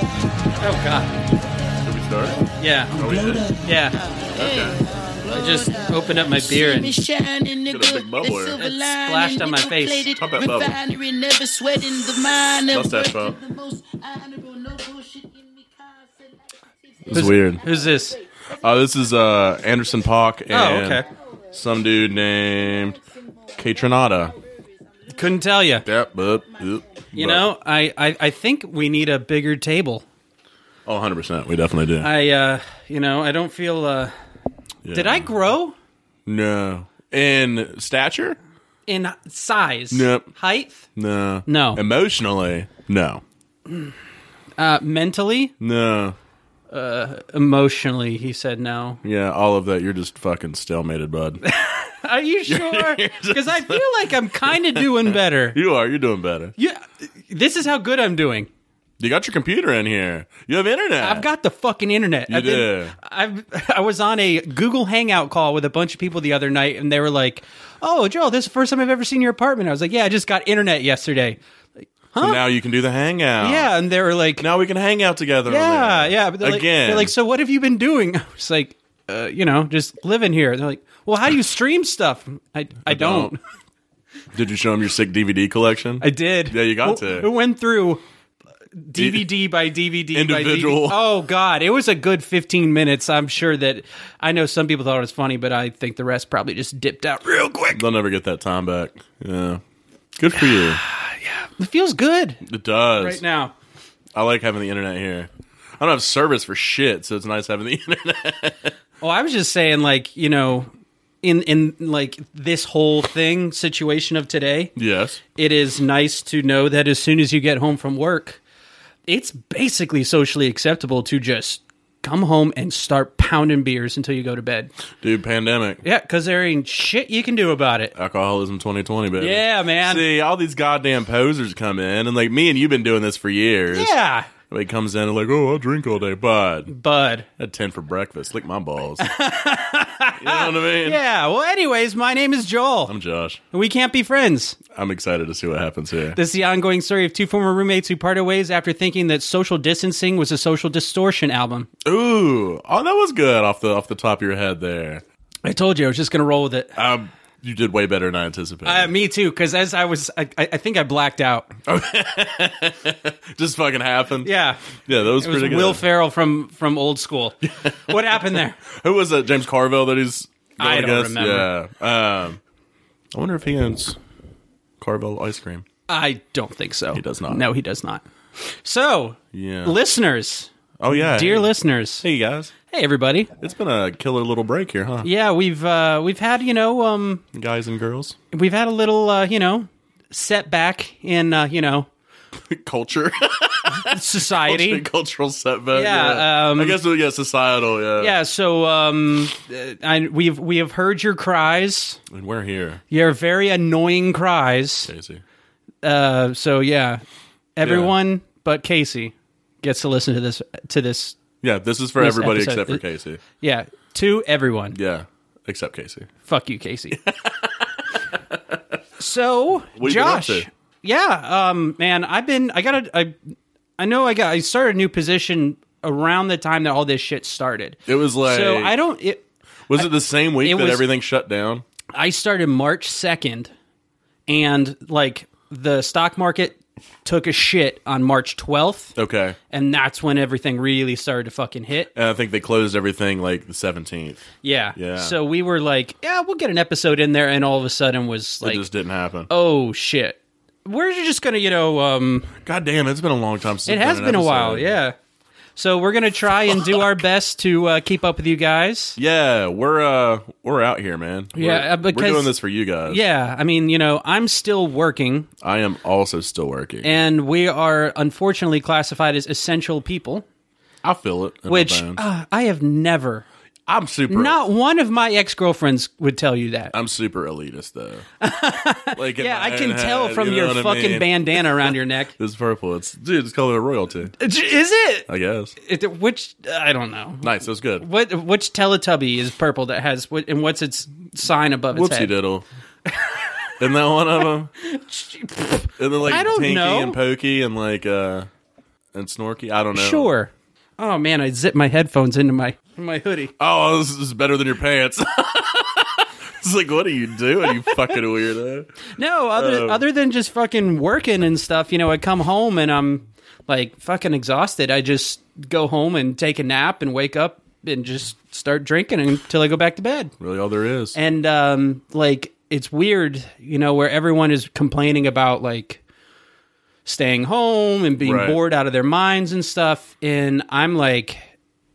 Oh God. Should we start? Yeah. Are we in? Yeah. Okay. I just opened up my beer and It's shining the Got a big bubble here. It splashed on my face. Pump that bubble. never sweating the mind. and Mustache working pump. the most honorable, no bullshit in me, constant life. This is weird. who's this? Uh, this is uh, Anderson Pock and okay. some dude named Catronata. Couldn't tell you. Yep, bup, bup, You bup. know, I, I I think we need a bigger table. Oh, 100%. We definitely do. I uh, you know, I don't feel uh Yeah. did I grow No. In stature? in size? Nope. Height? No. No. Emotionally? No. Uh mentally? No. Emotionally, he said no. Yeah, all of that. You're just fucking stalemated, bud. Are you sure? Cuz I feel like I'm kind of doing better. you are. You're doing better. Yeah. This is how good I'm doing. You got your computer in here. You have internet. I've got the fucking internet. You I've been- do. I've I was on a Google Hangout call with a bunch of people the other night, and they were like, "Oh, Joe, this is the first time I've ever seen your apartment." I was like, "Yeah, I just got internet yesterday." So now you can do the hangout. Yeah, and they were like, Now we can hang out together. on "Yeah, there. yeah." But they're like, Again. they're like, "So what have you been doing?" I was like, uh, "You know, just living here." they're like, "Well, how do you stream stuff?" I I, don't. don't. Did you show him your sick DVD collection? I did. Yeah, you got Well, to. It went through. DVD by DVD Individual. By DVD. Oh God, it was a good 15 minutes. I'm sure that I know some people thought it was funny, but I think the rest probably just dipped out real quick. They'll never get that time back. Yeah. Good for you. It feels good It does. right now. I like having the internet here. I don't have service for shit, so it's nice having the internet. Oh, I was just saying, like you know, in in like this whole thing situation of today, Yes. it is nice to know that as soon as you get home from work, it's basically socially acceptable to just come home and start pounding beers until you go to bed. Dude, pandemic. Yeah, because there ain't shit you can do about it. Alcoholism 2020, baby. Yeah, man. See, all these goddamn posers come in, and like me and you've been doing this for years. Yeah, He comes in and like, oh, I'll drink all day, bud. bud. I had 10 for breakfast. Lick my balls. you know what I mean? Yeah, well, anyways, my name is Joel. I'm Josh. and we can't be friends. I'm excited to see what happens here. This is the ongoing story of two former roommates who parted ways after thinking that Social Distancing was a social distortion album. Ooh, oh, that was good off the off the top of your head there. I told you I was just going to roll with it. Um, you did way better than I anticipated. Uh, me too, because as I was, I, I I think I blacked out. Just fucking happened. Yeah. yeah, that was It was pretty Will good. Ferrell from from old school. what happened there? Who was that? James Carville that he's. Going I don't against? remember. Yeah. Um, I wonder if he owns Carville ice cream. I don't think so. He does not. No, he does not. So, Yeah. listeners, Oh yeah, dear hey. listeners, Hey guys, hey everybody. it's been a killer little break here, huh? Yeah, we've uh, we've had you know um, Guys and girls, we've had a little uh, you know setback in uh, you know culture, society. cultural setback. Yeah, um, I guess yeah, societal. Yeah, Yeah, so um, uh, I, we've we have heard your cries, And we're here, your very annoying cries. Casey. Uh, so yeah, everyone but Casey gets to listen to this to this. Yeah, this is for This everybody episode- except for Casey. Yeah, to everyone. Yeah, except Casey. Fuck you, Casey. so, What you been Josh. up to? Yeah, um, man, I've been. I got. I. I know. I got. I started a new position around the time that all this shit started. It was like so I don't. It, Was it the same week it that was- everything shut down? I started March second, and like the stock market took a shit on March twelfth, Okay. and that's when everything really started to fucking hit. And I think they closed everything like the 17th. Yeah. Yeah. So we were like, yeah, we'll get an episode in there, and all of a sudden was it like, just didn't happen. oh shit. We're just gonna, you know, um, God damn, it's been a long time since It has been, an a while, episode. yeah. So we're gonna try and do our best to uh, keep up with you guys. Yeah, we're uh we're out here, man. We're- Yeah, uh, we're because- doing this for you guys. Yeah, I mean, you know, I'm still working, I am also still working. and we are unfortunately classified as essential people, I feel it. in my which bones. uh, I have never. I'm super Not one of my ex girlfriends would tell you that. I'm super elitist though. like in yeah, my I can own tell head, from you know your what I fucking mean? bandana around your neck. It's purple. It's dude, it's color of royalty. Is it? I guess. It- Which I don't know. Nice, that's good. What which Teletubby is purple that has what and what's its sign above its Whoopsie head? diddle. Isn't that one of them? And then like I don't Tinky know. and Pokey and like uh and Snorky. I don't know. Sure. Oh man, I zipped my headphones into my my hoodie. Oh, this is better than your pants. it's like, what are you doing, you fucking weirdo? No, other Um, other than just fucking working and stuff, you know, I come home and I'm like fucking exhausted. I just go home and take a nap and wake up and just start drinking until I go back to bed. Really, all there is. And um like it's weird, you know, where everyone is complaining about like staying home and being Right. bored out of their minds and stuff and I'm like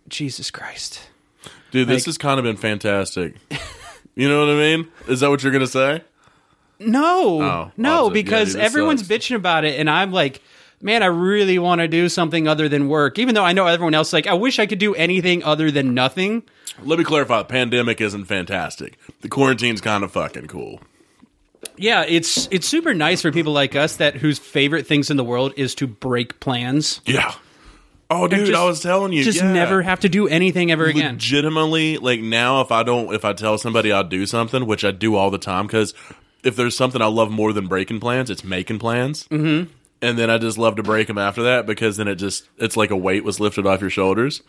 Jesus Christ. Dude, this has kind of been fantastic. you know what I mean? Is that what you're gonna say? No, Oh, no, opposite. Yeah, because dude, this everyone's sucks. bitching about it, and I'm like, man, I really want to do something other than work. Even though I know everyone else, like, I wish I could do anything other than nothing. Let me clarify. Pandemic isn't fantastic. The quarantine's kind of fucking cool. Yeah, it's it's super nice for people like us that whose favorite things in the world is to break plans. Yeah. Oh, dude, just- I was telling you, Just yeah. never have to do anything ever again. legitimately like now if i don't if i tell somebody i'll do something which i do all the time because if there's something i love more than breaking plans it's making plans mm-hmm. and then i just love to break them after that because then it just it's like a weight was lifted off your shoulders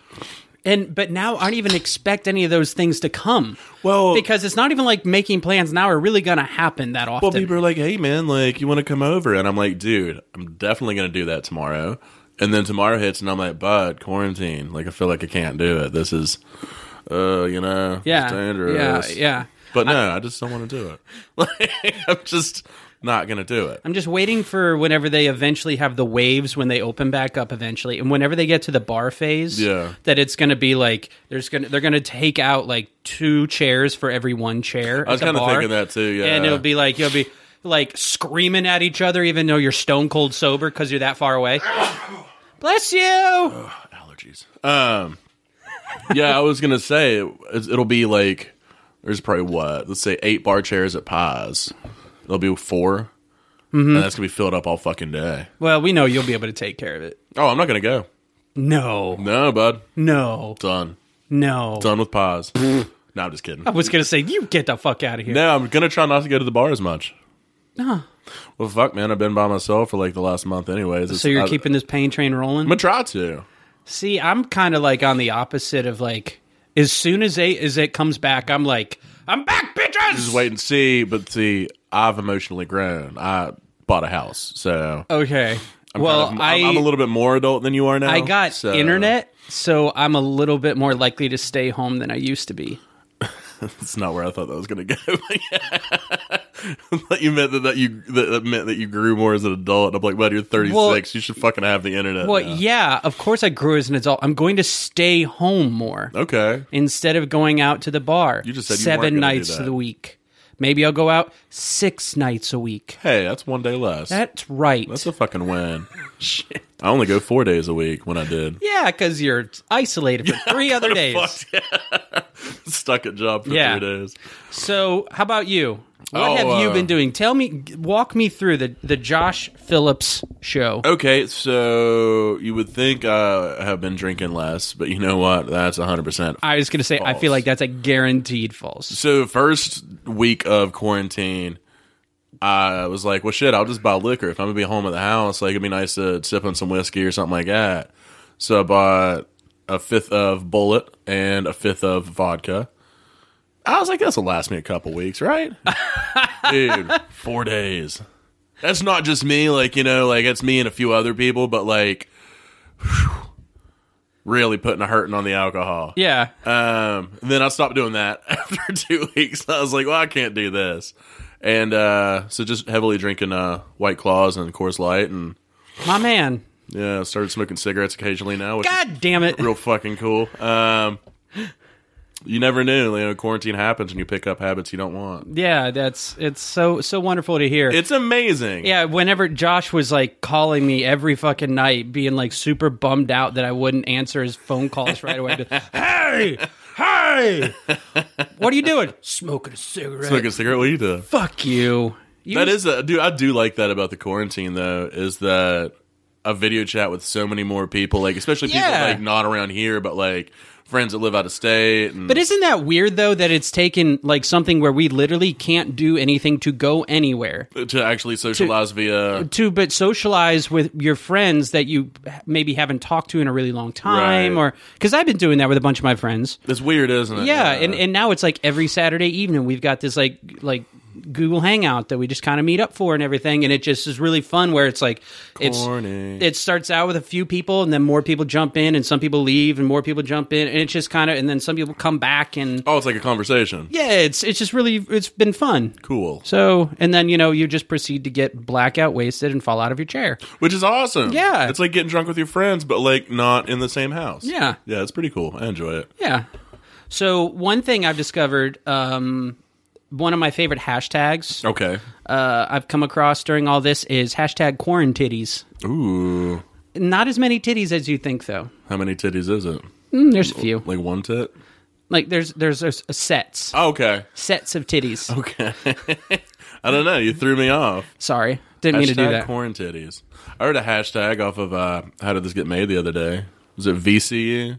And but now I don't even expect any of those things to come. Well- because it's not even like making plans now are really going to happen that often. well people are like hey man like you want to come over and i'm like dude i'm definitely gonna do that tomorrow and then tomorrow hits and i'm like bud quarantine like i feel like i can't do it this is uh you know it's yeah, yeah, dangerous yeah. But no, I, just don't want to do it. Like, I'm just not going to do it. I'm just waiting for whenever they eventually have the waves when they open back up eventually, and whenever they get to the bar phase, Yeah. that it's going to be like there's going to they're going to take out like two chairs for every one chair. I was kind of thinking that too. Yeah, and it'll be like you'll be like screaming at each other even though you're stone cold sober because you're that far away. Bless you. allergies. Um, yeah, I was going to say it's- it'll be like there's probably what let's say eight bar chairs at Pies. There'll be 4 Mm-hmm. and that's gonna be filled up all fucking day. Well, we know you'll be able to take care of it. Oh, I'm not gonna go. No, No, bud, no, done, no. done with Pies. no, I'm just kidding. I was gonna say you get the fuck out of here. No, I'm gonna try not to go to the bar as much. Uh-huh. Well, fuck, man, I've been by myself for like the last month, anyways. It's- So you're I- keeping this pain train rolling. I'm gonna try to. See, I'm kind of like on the opposite of like as soon as eight as it comes back, I'm like, I'm back, bitches. just wait and see. But see, I've emotionally grown. I bought a house, so Okay. well, I'm, I I'm- I'm a little bit more adult than you are now. I got so- internet, so I'm a little bit more likely to stay home than I used to be. That's not where I thought that was going to go. But you meant that, that you that, that meant that you grew more as an adult. I'm like, well, you're 36. Well- you should fucking have the internet. Well, now. yeah, of course I grew as an adult. I'm going to stay home more Okay. instead of going out to the bar. Oh. You just said you weren't seven gonna do nights that. of the week. Maybe I'll go out six nights a week. Hey, that's one day less. That's right. that's a fucking win. Shit. I only go four days a week when I did. yeah, because you're isolated for three other days. Stuck at job for Yeah. three days. So, how about you? What Oh, have you uh, been doing? Tell me, g- walk me through the the Josh Phillips show. Okay, so you would think I have been drinking less, but you know what? That's 100%. I was gonna say, I false. feel like that's a guaranteed false. so, first week of quarantine, I was like, well, shit, I'll just buy liquor. If I'm going to be home at the house, like, it'd be nice to sip on some whiskey or something like that. So, I bought a fifth of Bullet and a fifth of vodka. I was like, this will last me a couple weeks, right? Dude, four days. That's not just me, like, you know, like, it's me and a few other people, but like, really putting a hurting on the alcohol. Yeah, Um, then I stopped doing that after two weeks. I was like, well, I can't do this. And uh, so just heavily drinking uh, White Claws and Coors Light. And my man. yeah, started smoking cigarettes occasionally now, which God damn it! is real fucking cool. Um, you never knew. You know, quarantine happens and you pick up habits you don't want. Yeah, that's it's so so wonderful to hear. It's amazing. yeah, whenever Josh was like calling me every fucking night, being like super bummed out that I wouldn't answer his phone calls right away. I'd be, hey, hey, what are you doing? Smoking a cigarette. Smoking a cigarette, what are you doing? Fuck you. you That is a dude. I do like that about the quarantine though. Is that a video chat with so many more people, like especially people Yeah. like not around here, but like friends that live out of state. And But isn't that weird though that it's taken like something where we literally can't do anything to go anywhere to actually socialize via to but socialize with your friends that you maybe haven't talked to in a really long time Right. or because I've been doing that with a bunch of my friends. it's weird, isn't it? Yeah, and and now it's like every Saturday evening we've got this like like Google Hangout that we just kind of meet up for and everything, and it just is really fun. Where it's like it's Corny. it starts out with a few people, and then more people jump in, and some people leave, and more people jump in, and it's just kind of and then some people come back, and oh, it's like a conversation. yeah, it's it's just really it's been fun. Cool, So and then you know you just proceed to get blackout wasted and fall out of your chair. which is awesome. Yeah. it's like getting drunk with your friends, but like not in the same house. Yeah. yeah, it's pretty cool. I enjoy it. Yeah. So one thing I've discovered, um, one of my favorite hashtags Okay. uh, I've come across during all this is hashtag quarantitties. Ooh, Not as many titties as you think, though. how many titties is it? Mm, there's a few. Like one tit? Like there's there's, there's sets Oh, okay. sets of titties. Okay. I don't know. You threw me off. Sorry, didn't mean to do Hashtag that. corn titties. I heard a hashtag off of uh, how did this get made the other day? Was it VCU?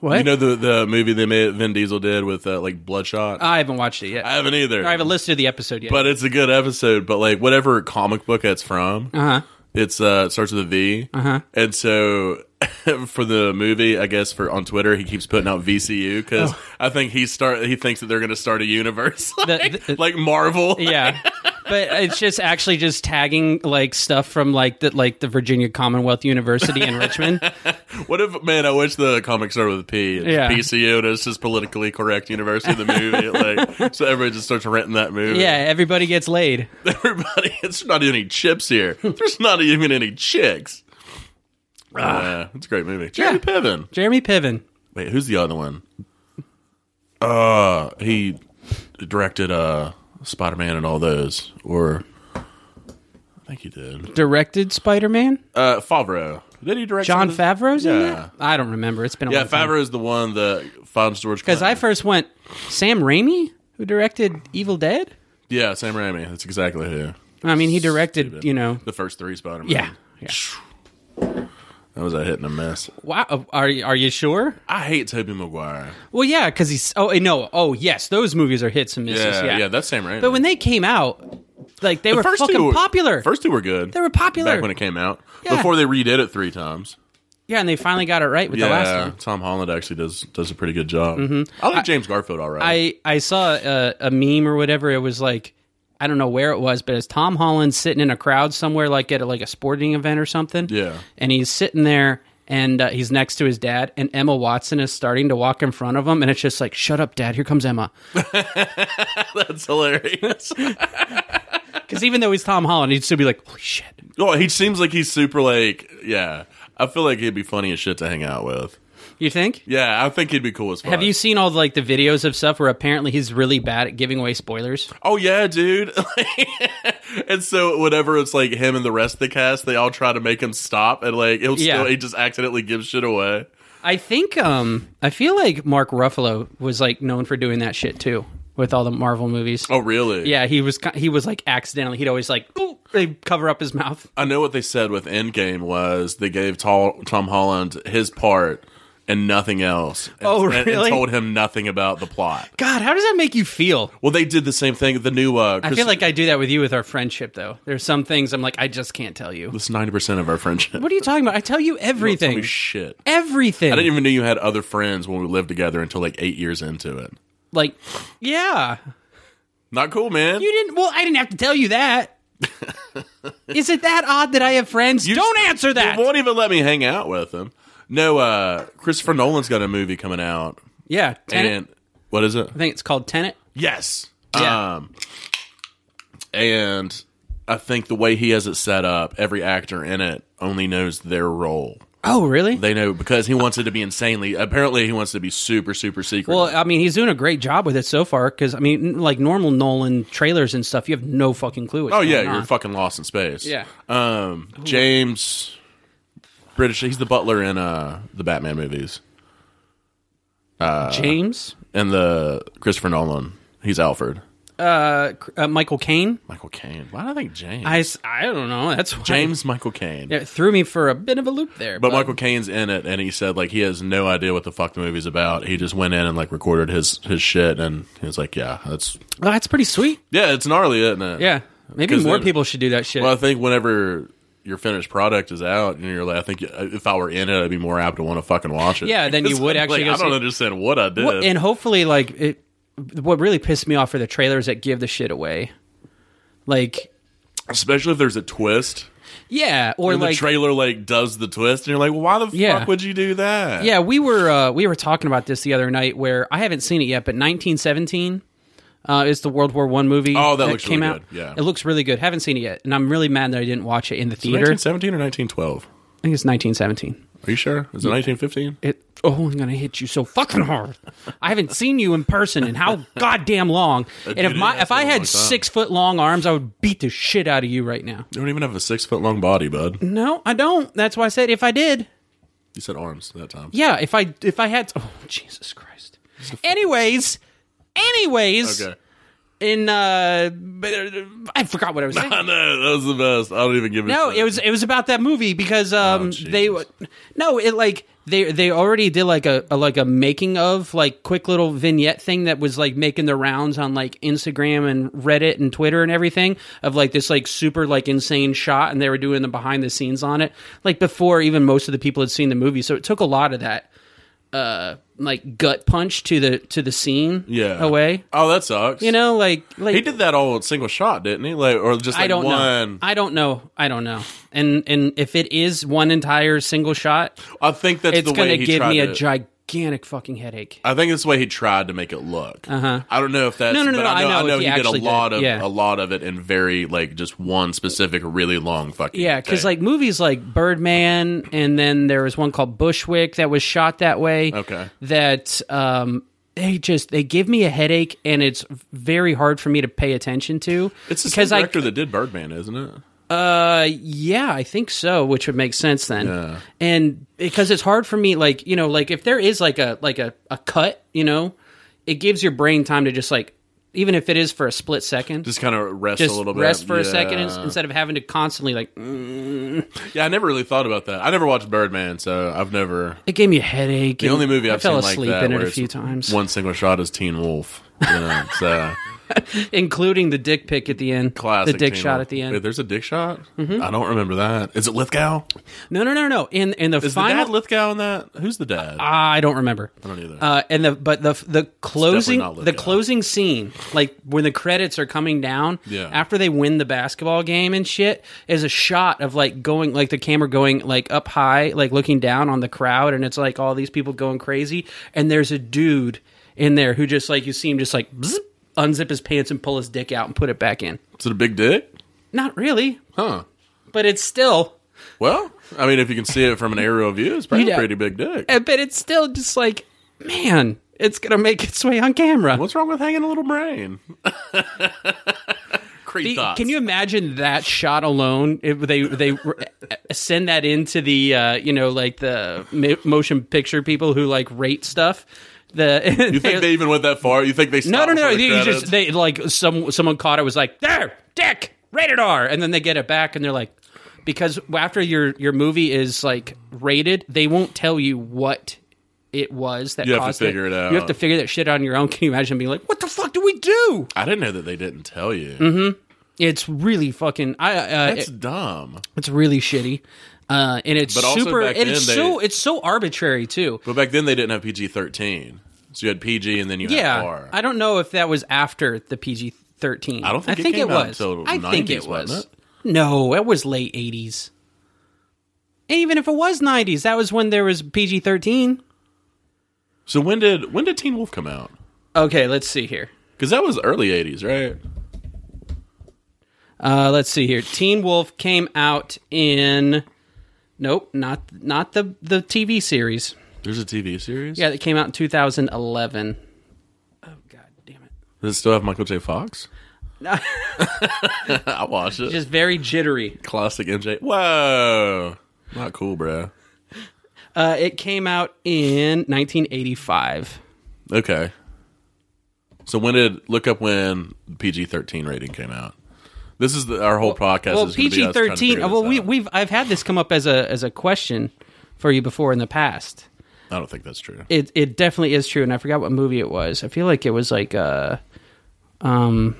what? You know the the movie they made Vin Diesel did with uh, like Bloodshot. I haven't watched it yet. I I, haven't either. haven't listened to the episode yet. but it's a good episode. But like whatever comic book it's from, uh huh. it's uh it starts with a V. Uh-huh. And so for the movie, I guess for on Twitter, he keeps putting out VCU because Oh. I think he start he thinks that they're going to start a universe like, the- like Marvel. Yeah. But it's just actually just tagging like stuff from like the like the Virginia Commonwealth University in Richmond. What if man? I wish the comic started with P. It's Yeah. PCU. And it's just politically correct University of the movie. like so, everybody just starts renting that movie. Yeah, everybody gets laid. everybody. It's not any chips here. There's not even any chicks. Ah. Yeah, it's a great movie. Jeremy Piven. Jeremy Piven. Wait, who's the other one? Uh, he directed uh Spider Man and all those, or I think he did. directed Spider Man. Uh, Favreau. Did he direct John something? Favreau's in Yeah. that. I don't remember. It's been a Yeah, long time. Favreau is the one that finds George. Because I Clooney. first went Sam Raimi, who directed Evil Dead. Yeah, Sam Raimi. That's exactly who. I mean, he directed you know. The first three Spider Man. Yeah. yeah. That was a hit and a miss. Wow. Are you- are you sure? I hate Tobey Maguire. Well, yeah, because he's. Oh no. Oh yes, those movies are hits and misses. Yeah, Yeah. yeah, that's Sam Raimi. but when they came out, like they were first fucking two were, popular. First two were good. They were popular. Back when it came out. Yeah. Before they redid it three times. yeah, and they finally got it right with the last Mm-hmm. Yeah, one. Tom Holland actually does does a pretty good job. I like James Garfield all right. I I saw a, a meme or whatever. It was like I don't know where it was, but it's Tom Holland sitting in a crowd somewhere, like at a, like a sporting event or something. Yeah. and he's sitting there. And uh, he's next to his dad, and Emma Watson is starting to walk in front of him, and it's just like, "Shut up, Dad! Here comes Emma." That's hilarious. Because even though he's Tom Holland, he'd still be like, "Holy shit!" oh, he seems like he's super like yeah. I feel like he'd be funny as shit to hang out with. You think? Yeah, I think he'd be cool as fuck. Have you seen all like the videos of stuff where apparently he's really bad at giving away spoilers? Oh yeah, dude. and so whenever it's like him and the rest of the cast, they all try to make him stop and like he'll Yeah. still he just accidentally gives shit away. I think um I feel like Mark Ruffalo was like known for doing that shit too with all the Marvel movies. Oh really? Yeah, he was ki- he was like accidentally. He'd always like "Ooh," they'd cover up his mouth. I know what they said with Endgame was they gave Tom, Tom Holland his part and nothing else. And, Oh, and- And, really? told him nothing about the plot. God, how does that make you feel? Well, they did the same thing. The new uh, I Chris, feel like I do that with you with our friendship though. There's some things I'm like I just can't tell you. it's ninety percent of our friendship. What are you talking about? I tell you Don't tell me everything. Shit. Everything. I didn't even know you had other friends when we lived together until like eight years into it. like yeah. Not cool, man. You didn't Well, I didn't have to tell you that. Is it that odd that I have friends? Don't answer that. They won't even let me hang out with him. No, uh, Christopher Nolan's got a movie coming out, yeah, Tenet. and what is it? I think it's called Tenet. Yes. Yeah. Um, and I think the way he has it set up, every actor in it only knows their role. Oh, really? They know because he wants it to be insanely. Apparently, he wants it to be super, super secret. Well, I mean, he's doing a great job with it so far. Because I mean, n- like normal Nolan trailers and stuff, you have no fucking clue. What's oh yeah, going on. you're fucking lost in space. Yeah. Um, James, British. He's the butler in uh the Batman movies James. uh, and the Christopher Nolan. He's Alfred. uh, C- uh, Michael Caine. Michael Caine. Why do I think James? I, s- I don't know. That's why. James Michael Caine. It threw me for a bit of a loop there. But Michael Caine's in it, and he said like he has no idea what the fuck the movie's about. He just went in and like recorded his his shit, and he was like, "Yeah, that's Oh, that's pretty sweet. yeah, it's gnarly, isn't it?" Yeah. Maybe 'Cause more then- people should do that shit. Well, I think whenever your finished product is out, and you're like, I think if I were in it, I'd be more apt to want to fucking watch it. Yeah, then you would Like, actually go I don't see- understand what I did. What- and hopefully, like, it, what really pissed me off are the trailers that give the shit away. Like, Especially if there's a twist, yeah, or and like, the trailer like does the twist, and you're like, well, why the Yeah. fuck would you do that? yeah, we were uh, we were talking about this the other night where I haven't seen it yet, but 1917 uh, is the World War One movie. Oh, that looks came really out. good. Yeah. it looks really good. Haven't seen it yet, and I'm really mad that I didn't watch it in the theater. 1917 or 1912? I think it's 1917. Are you sure? Is it 1915? It, oh, I'm gonna hit you so fucking hard. I haven't seen you in person in how goddamn long. And you if did my ask if I for a had long time. six foot long arms, I would beat the shit out of you right now. You don't even have a six foot long body, bud. No, I don't. That's why I said if I did, You said arms that time. yeah. If I if I had, oh Jesus Christ. Anyways, anyways, Okay. in uh, but, uh, I forgot what I was saying. I know that was the best. I don't even give a No, shit. it was it was about that movie because um Oh, they Jesus. no it like they they already did like a, a like a making of like quick little vignette thing that was like making the rounds on like Instagram and Reddit and Twitter and everything of like this like super like insane shot and they were doing the behind the scenes on it like before even most of the people had seen the movie so it took a lot of that uh like gut punch to the to the scene yeah away Oh, that sucks. you know like like he did that all in single shot, didn't he? Like or just like I don't one. know. I don't know. I don't know. And and if it is one entire single shot, I, think that's it's the way gonna he give tried me a to. gigantic fucking headache. I think that's the way he tried to make it look. Uh-huh. I don't know if that's No, no, no, but no, I know, I know if he, he did a actually lot did, of yeah. a lot of it in very like just one specific really long fucking Yeah, because take. like movies like Birdman, and then there was one called Bushwick that was shot that way. Okay. that um, they just they give me a headache, and it's very hard for me to pay attention to. it's the same because I director that did Birdman, isn't it? Uh, yeah, I think so, which would make sense then. Yeah. And because it's hard for me, like you know, like if there is like a like a a cut, you know, it gives your brain time to just like, even if it is for a split second. Just kind of rest a just little bit. rest for a Yeah. second ins- instead of having to constantly like. mm. Yeah, I never really thought about that. I never watched Birdman, so I've never It gave me a headache. The only movie I've fell seen asleep like that in it where a few it's times, one single shot is Teen Wolf. You know, it's a including the dick pic at the end, classic. the dick Teen shot Wolf. at the Wait, end. Mm-hmm. there's a dick shot. I don't remember that. Is it Lithgow? No, no, no, no. In in the Is final, the dad Lithgow in that? Who's the dad? I don't remember. I don't either. Uh, and the but the the closing not Lithgow. the closing scene, like when the credits are coming down, Yeah. after they win the basketball game and shit, is a shot of like going like the camera going like up high, like looking down on the crowd, and it's like all these people going crazy, and there's a dude in there who just like you see him just like bzzz, unzip his pants and pull his dick out and put it back in. Is it a big dick? Not really, Huh. but it's still. Well, I mean, if you can see it from an aerial view, it's probably Yeah. a pretty big dick. But it's still just like man. It's gonna make its way on camera. What's wrong with hanging a little brain? Creep The- thoughts. can you imagine that shot alone? If they they send that into the uh, you know like the mo- motion picture people who like rate stuff. The You think they even went that far? You think they no stopped no no for the you credits? just they like some someone caught it was like there dick rated R and then they get it back and they're like because after your your movie is like rated they won't tell you what it was that You have to caused figure it out. You have to figure that shit out on your own. Can you imagine being like, "What the fuck do we do?" I didn't know that they didn't tell you. Mm-hmm. It's really fucking. I uh, That's dumb. It's really shitty. Uh, and it's But also super. back and it's then they- so it's so arbitrary too. But back then they didn't have PG thirteen, so you had PG and then you had Yeah, R. I don't know if that was after the PG thirteen. I don't think I it think it, came out was. until I think 90s, it was. wasn't No, it was late eighties. And even if it was nineties, that was when there was PG thirteen. so when did when did Teen Wolf come out? Okay, let's see here. Because that was early eighties, right? Uh, let's see here. Teen Wolf came out in. Nope, not not the the TV series. There's a TV series. Yeah, that came out in 2011. Oh god, damn it. Does it still have Michael J. Fox? I watch it. Just very jittery. Classic MJ. Whoa, not cool, bro. Uh, it came out in 1985. Okay. So when did look up when PG thirteen rating came out? This is the, our whole podcast. well is gonna be PG us trying to thirteen. uh, figure Well, this we, out. we've I've had this come up as a as a question for you before in the past. I don't think that's true. It it definitely is true, and I forgot what movie it was. I feel like it was like a, um,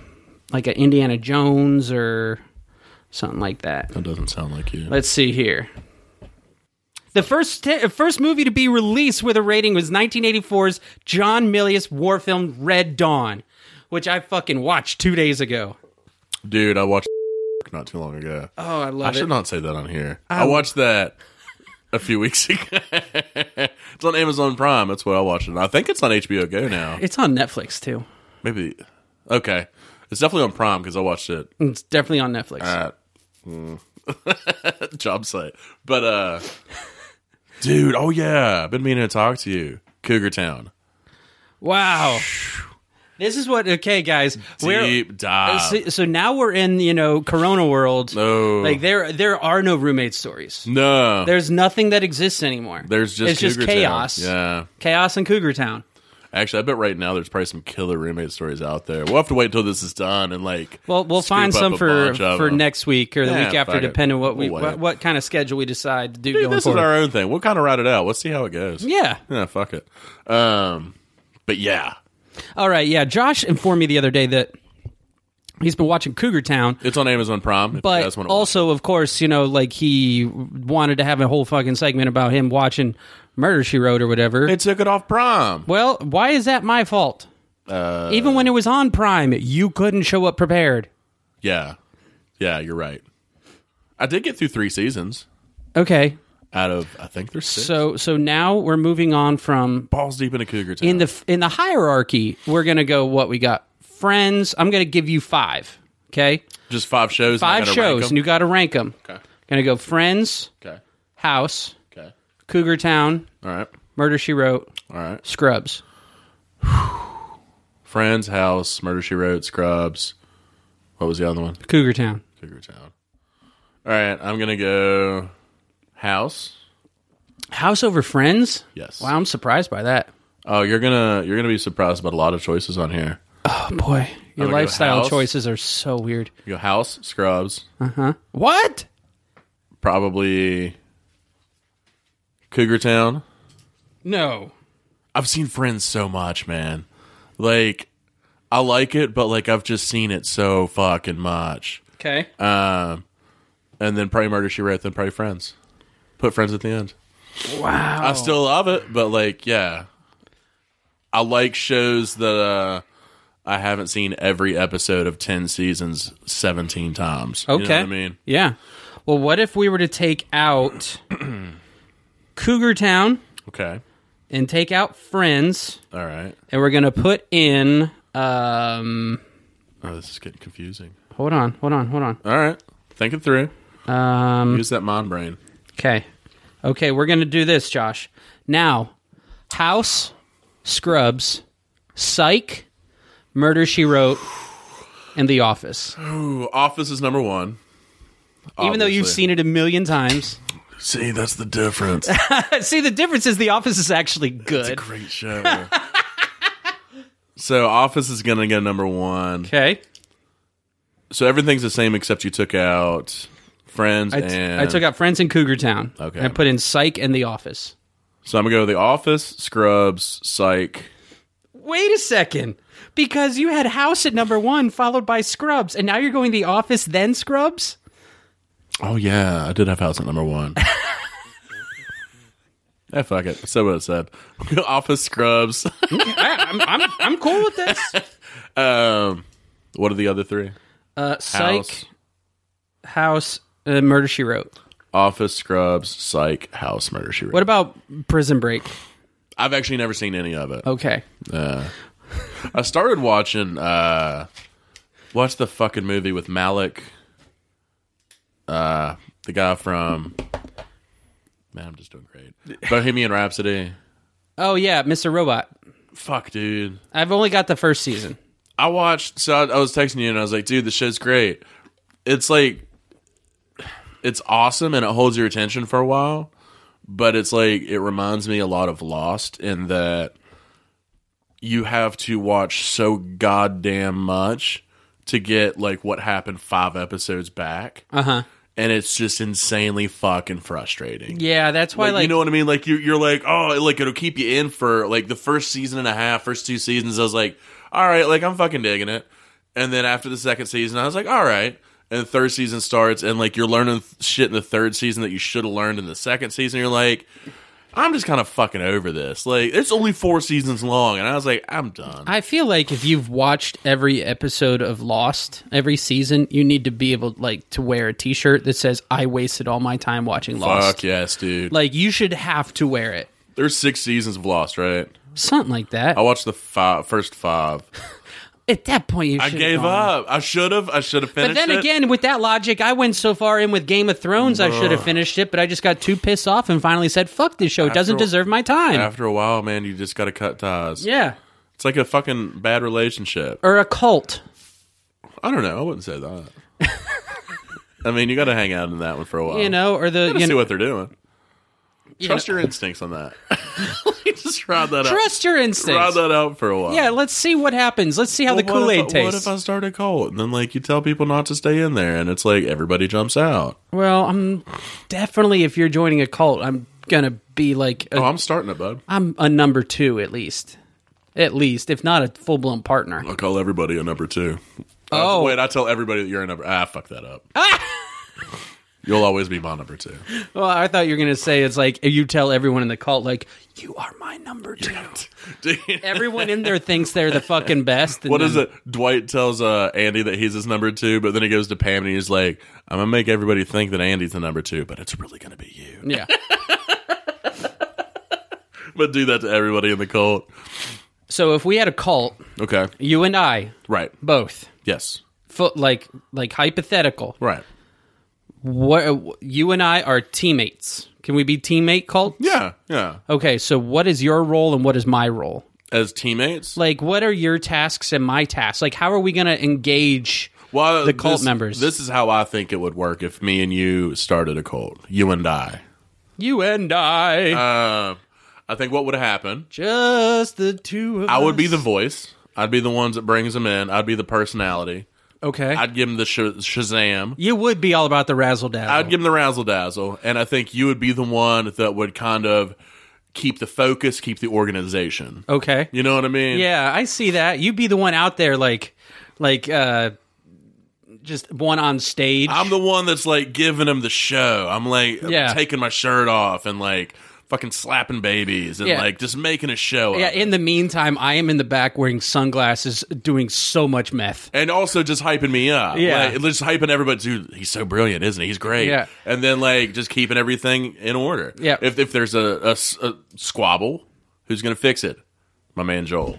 like a Indiana Jones or something like that. That doesn't sound like you. Let's see here. The first t- first movie to be released with a rating was 1984's John Milius war film Red Dawn, which I fucking watched two days ago. Dude, I watched not too long ago. Oh, I I love should it. Um, not say that on here. I watched that a few weeks ago. it's on Amazon Prime. That's what I watched it. I think it's on HBO Go now. It's on Netflix too. Maybe. Okay. It's definitely on Prime because I watched it It's definitely on Netflix. at mm, job site. But uh dude, oh yeah, I've been meaning to talk to you. Cougar Town. wow. This is what okay guys, we're Deep dive. so, so now we're in, you know, corona world. No. Like there there are no roommate stories. no. There's nothing that exists anymore. There's just it's just Cougar Town. chaos. Yeah. Chaos in Cougar Town. Actually, I bet right now there's probably some killer roommate stories out there. We'll have to wait until this is done and like. Well, we''ll scoop find up some a for bunch of for them. next week or the Yeah, week after, fuck it. depending what we We'll wait. what, what kind of schedule we decide to do Dude, going this is forward. our own thing. We'll kind of ride it out. We'll see how it goes. yeah. Yeah. Fuck it. Um. But yeah, All right. Yeah. Josh informed me the other day that he's been watching Cougar Town, it's on Amazon Prime. If you but guys wanna watch also, of course, you know, like he wanted to have a whole fucking segment about him watching Murder She Wrote or whatever. it. they took it off Prime. well, why is that my fault? Uh, Even when it was on Prime, you couldn't show up prepared. Yeah. Yeah, you're right. I did get through three seasons Okay. out of I think there's six. So so now we're moving on from balls deep in a cougar town. in the in the hierarchy, we're gonna go what we got. Friends, I'm gonna give you five. Okay, just five shows. and I five gotta rank shows, 'em? and you got to rank them. Okay. Gonna go Friends, Okay. House, Okay. Cougar Town, All right. Murder She Wrote, All right. Scrubs. Friends, House, Murder She Wrote, Scrubs. What was the other one? Cougar Town. Cougar Town. All right, I'm gonna go House. House over Friends. Yes. Wow, I'm surprised by that. Oh, you're gonna you're gonna be surprised about a lot of choices on here. Oh boy, your gonna go lifestyle House. choices are so weird. You go House, Scrubs, What? probably Cougar Town. No. I've seen Friends so much, man. Like, I like it, but like I've just seen it so fucking much. Okay. Um, and then probably Murder She Wrote, then probably Friends. Put Friends at the end. wow. I still love it, but like, yeah, I like shows that uh, I haven't seen every episode of ten seasons seventeen times. You know Okay. what I mean, Yeah. Well, what if we were to take out Cougar Town okay, and take out Friends? all right. and we're gonna put in um Oh, this is getting confusing. hold on hold on hold on All right, think it through. um Use that mind brain. okay okay we're gonna do this josh now house scrubs psych murder she wrote and the office Ooh, Office is number one. even though you've Obviously. seen it a million times see, that's the difference. see the difference is the office is actually good Great show. so Office is gonna go number one. okay So everything's the same except you took out Friends I t- and I took out friends in cougar town Okay. and i put in psych and the office So I'm gonna go with The Office, Scrubs, Psych. Wait a second. Because you had House at number one, followed by Scrubs, and now you're going The Office, then Scrubs? Oh yeah, I did have House at number one. Yeah, Eh, fuck it. So what it said. Office Scrubs. I, am I'm, I'm cool with this. Um, what are the other three? Uh, Psych, House, House, uh, Murder, She Wrote. Office Scrubs, Psych, House, Murder She Wrote. What about Prison Break? I've actually never seen any of it. Okay. Uh, I started watching. Uh, what's the fucking movie with Malik? Uh, the guy from. Man, I'm just doing great. Bohemian Rhapsody. Oh, yeah, Mr. Robot. Fuck, dude. I've only got the first season. I watched. So I, I was texting you, and I was like, "Dude, the show's great. It's like, it's awesome, and it holds your attention for a while. But it's like it reminds me a lot of Lost in that you have to watch so goddamn much to get like what happened five episodes back. Uh huh. And it's just insanely fucking frustrating. Yeah, that's why Like, like, you know what I mean? Like you, you're like, oh, like it'll keep you in for like the first season and a half, first two seasons. I was like, all right, like I'm fucking digging it. And then after the second season, I was like, all right. And the third season starts, and like you're learning th- shit in the third season that you should have learned in the second season. You're like, I'm just kind of fucking over this. Like it's only four seasons long, and I was like, I'm done. I feel like if you've watched every episode of Lost every season, you need to be able like to wear a T-shirt that says "I wasted all my time watching Lost." Fuck yes, dude. Like you should have to wear it, There's six seasons of Lost, right? something like that. I watched the five, first five. At that point, you I should've gave gone. up. I should have. I should have But finished. then it. again, with that logic, I went so far in with Game of Thrones, I should have finished it, but I just got too pissed off and finally said, "Fuck this show! It doesn't After- deserve my time." after a while, man, you just got to cut ties. yeah, It's like a fucking bad relationship. or a cult. I don't know. I wouldn't say that. I mean, you got to hang out in that one for a while. You know, or the Oh. Gotta you see know, what they're doing. you Trust know- your instincts on that. just ride that out. trust your Ride instincts. that out for a while. Yeah, let's see what happens. Let's see how the Well, Kool what if I- Aid tastes. What if I start a cult and then like you tell people not to stay in there and it's like everybody jumps out? Well, I'm definitely if you're joining a cult, I'm gonna be like a, Oh, I'm starting it, bud. I'm a number two at least, at least if not a full blown partner. I call everybody a number two. Uh, Oh. wait, I tell everybody that you're a number. Ah, fuck that up. You'll always be my number two. Well, I thought you were gonna say it's like you tell everyone in the cult like you are my number two. Dude. Everyone in there thinks they're the fucking best. and What is then- it? Dwight tells uh, Andy that he's his number two, but then he goes to Pam and he's like, "I'm gonna make everybody think that Andy's the number two, but it's really gonna be you." Yeah. But do that to everybody in the cult. So if we had a cult, Okay, you and I right? both, Yes, fo- like like hypothetical, right. what you and I are teammates. Can we be teammate cults? Yeah, yeah. Okay, so what is your role and what is my role? As teammates, Like, what are your tasks and my tasks? Like, how are we going to engage? well, the cult this- members. This is how I think it would work if me and you started a cult, you and I. You and I, Um, I think what would happen? just the two of I would be us. the voice. I'd be the ones that brings them in. I'd be the personality. okay. I'd give them the sh- Shazam. you would be all about the razzle I'd dazzle. give him the razzle dazzle, and I think you would be the one that would kind of keep the focus, keep the organization. okay. You know what I mean? Yeah, I see that. You'd be the one out there, like, like, uh, just one on stage. I'm the one that's like giving him the show. I'm like Yeah. taking my shirt off and like fucking slapping babies and Yeah. like just making a show. yeah. of it. In the meantime, I am in the back wearing sunglasses, doing so much meth. and also just hyping me up. Yeah. Like, just hyping everybody. Dude, he's so brilliant, isn't he? He's great. Yeah. And then like just keeping everything in order. Yeah. If if there's a, a s- a squabble, who's gonna fix it? My man Joel.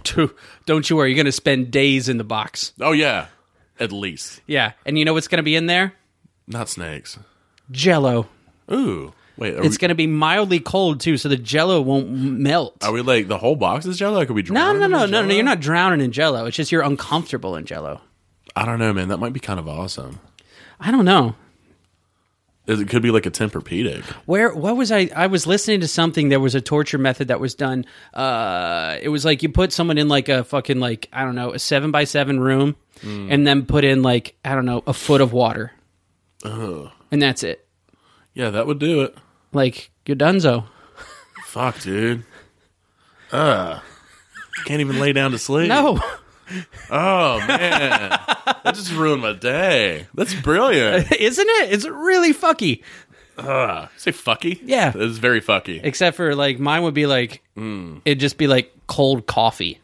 Don't you worry. You're going to spend days in the box. Oh yeah, at least. Yeah, and you know what's going to be in there? Not snakes. Jello. Ooh. Wait, are, It's we, going to be mildly cold too, so the Jello won't m- melt. are we like the whole box is jello? Like, are we no, drowning? no, no, in no, no. Jell-O? You're not drowning in Jello. It's just you're uncomfortable in Jello. I don't know, man. That might be kind of awesome. I don't know It it could be like a Tempur-Pedic. where. What was I? I was listening to something. There was a torture method that was done. Uh, it was like you put someone in like a fucking like I don't know a seven by seven room, Hmm. and then put in like I don't know a foot of water, Uh-huh. and that's it. Yeah, that would do it. Like you're donezo. Fuck, dude. Uh, can't even lay down to sleep. No, Oh man, that just ruined my day. That's brilliant. isn't it? It's really fucky. Say fucky. Yeah. it's very fucky. except for like mine would be like Hmm. it'd just be like cold coffee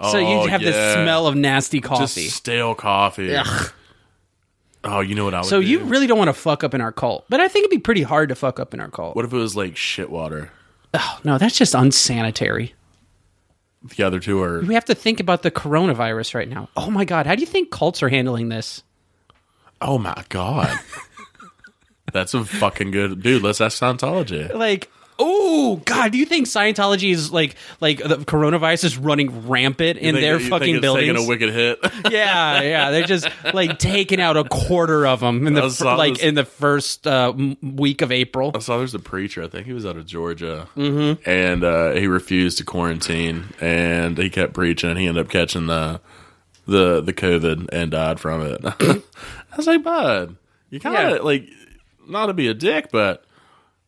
so Oh, you'd have the yeah. smell of nasty Just coffee stale coffee. Ugh. Oh, you know what I would so do? you really don't want to fuck up in our cult but i think it'd be pretty hard to fuck up in our cult What if it was like shit water? oh, no that's just unsanitary The other two are we have to think about the coronavirus right now oh my god how do you think cults are handling this Oh my god. That's a fucking good dude. Let's ask Scientology. like Oh God! Do you think Scientology is like like the coronavirus is running rampant in Think- their you think fucking it's buildings? Taking a wicked hit. yeah, yeah. They're just like taking out a quarter of them in the I fir- saw like this- in the first uh, m- week of April. I saw there's a preacher. I think he was out of Georgia, mm-hmm. and uh, he refused to quarantine, and he kept preaching, and he ended up catching the the the COVID and died from it. I was like, bud, you kind of Yeah. like not to be a dick, but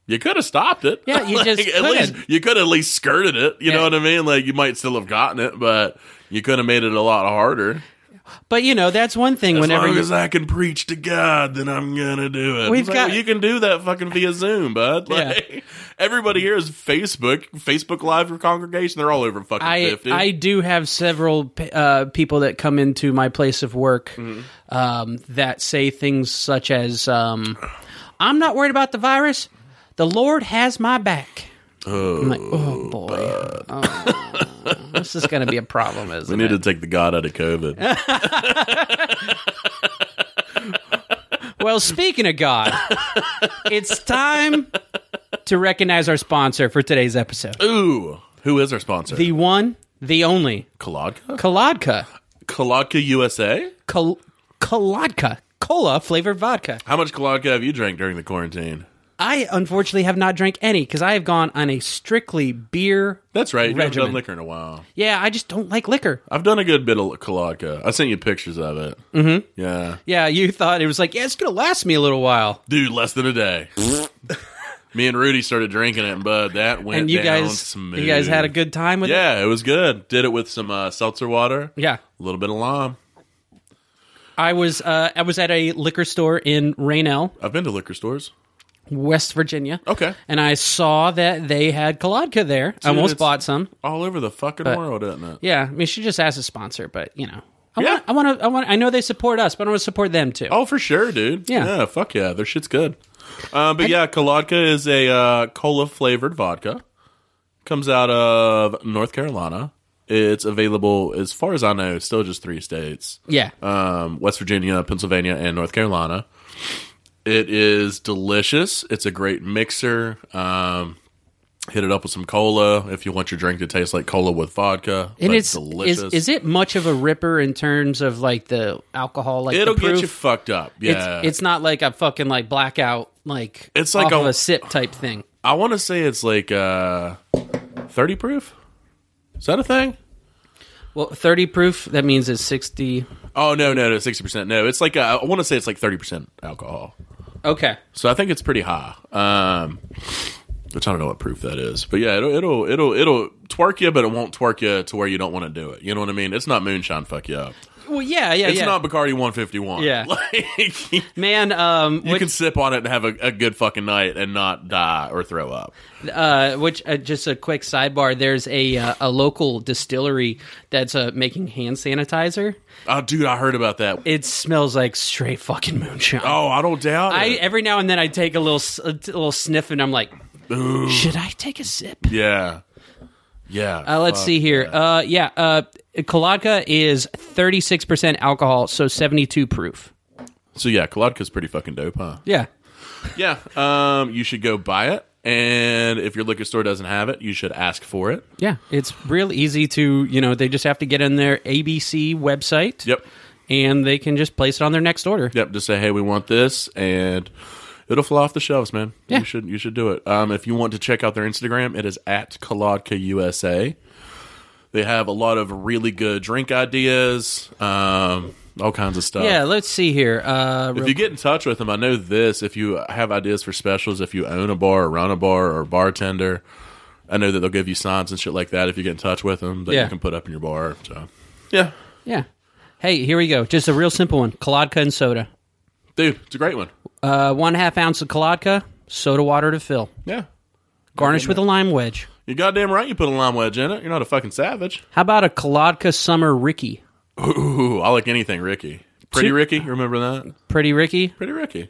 you could have stopped it. Yeah, you just at least could've. you could at least skirted it. You know Yeah. what I mean? Like you might still have gotten it, but you could have made it a lot harder. But you know that's one thing. As whenever long you, as I can preach to God, then I'm gonna do it. We've It's like, got- well, you can do that fucking via Zoom, bud. Like everybody here is Facebook, Facebook Live for congregation. They're all over fucking I fifty. I do have several p- uh, people that come into my place of work Mm-hmm. um, that say things such as, um, "I'm not worried about the virus. The Lord has my back." I'm like, oh boy, Oh, this is going to be a problem, we isn't need it? to take the God out of COVID. well, speaking of God, it's time to recognize our sponsor for today's episode. Ooh, who is our sponsor? The one, the only, Kalodka, Kolodka. Kalodka USA. Kol- Kolodka. Cola flavored vodka. How much Kalodka have you drank during the quarantine? I unfortunately have not drank any because I have gone on a strictly beer. That's right. You haven't Regimen. done liquor in a while. Yeah, I just don't like liquor. I've done a good bit of Kalodka. I sent you pictures of it. Mm-hmm. Yeah. Yeah, you thought it was like, yeah, it's gonna last me a little while, dude, less than a day. Me and Rudy started drinking it, but that went and you down guys, smooth. you guys had a good time with it. yeah, it was good. Did it with some uh, seltzer water, Yeah, a little bit of lime. I was, uh, I was at a liquor store in Raynell, I've been to liquor stores. West Virginia. Okay, And I saw that they had Kalodka there. I almost it's- bought some. all over the fucking world, isn't it? Yeah, I mean, she just asked a sponsor, but you know, I Yeah. want, I want to, I want, I know they support us, but I want to support them too. Oh, for sure, dude. Yeah. fuck yeah, their shit's good. Uh, but yeah, Kalodka is a uh, cola flavored vodka. Comes out of North Carolina. It's available, as far as I know, still just three states. Yeah, um, West Virginia, Pennsylvania, and North Carolina. It is delicious. It's a great mixer. Um, hit it up with some cola if you want your drink to taste like cola with vodka. and But it's delicious. Is, is it much of a ripper in terms of like the alcohol? Like It'll the proof? get you fucked up. It's, Yeah, it's not like a fucking like blackout like It's like off of a- a sip type thing. I want to say it's like uh, thirty proof. Is that a thing? Well, thirty proof that means it's sixty. Oh no, no, no, sixty percent. No, it's like uh, I want to say it's like thirty percent alcohol. Okay, So I think it's pretty high. Um, which I don't know what proof that is, but yeah, it'll it'll it'll it'll twerk you, but it won't twerk you to where you don't want to do it. You know what I mean? It's not moonshine fuck you up. well, yeah, Uh, yeah, It's yeah. not Bacardi one fifty one. Yeah. like, you Man, um, which, can sip on it and have a, a good fucking night and not die or throw up. uh, which uh, just a quick sidebar. There's a uh, a local distillery that's uh, making hand sanitizer. Oh, dude, I heard about that. It smells like straight fucking moonshine. oh, I don't doubt I it. every now and then I take a little s- a t- little sniff and I'm like, Ooh, should I take a sip? yeah, yeah. Uh, let's fuck. see here. Uh, yeah, uh, Kalodka is 36% alcohol, so 72 proof. So yeah, Kalodka's pretty fucking dope, huh? Yeah. Yeah. Um, you should go buy it. And if your liquor store doesn't have it, you should ask for it. Yeah. It's real easy to, you know, they just have to get in their ABC website. Yep. And they can just place it on their next order. Yep. Just say, hey, we want this, and it'll fly off the shelves, man. Yeah. You should you should do it. Um, if you want to check out their Instagram, it is at Kalodka USA. They have a lot of really good drink ideas, um, all kinds of stuff. Yeah, let's see here. Uh, If you get in touch with them, I know this. If you have ideas for specials, if you own a bar or run a bar or a bartender, I know that they'll give you signs and shit like that if you get in touch with them that Yeah. you can put up in your bar. So, yeah, yeah. Hey, here we go. Just a real simple one Kalodka and soda. dude, it's a great one. Uh, one half ounce of Kalodka, soda water to fill. Yeah, Garnish with a lime wedge. you're goddamn right. You put a lime wedge in it. You're not a fucking savage. How about a Kalodka Summer Ricky? Ooh, I like anything Ricky. Pretty Two- Ricky, you remember that? Pretty Ricky? Pretty Ricky.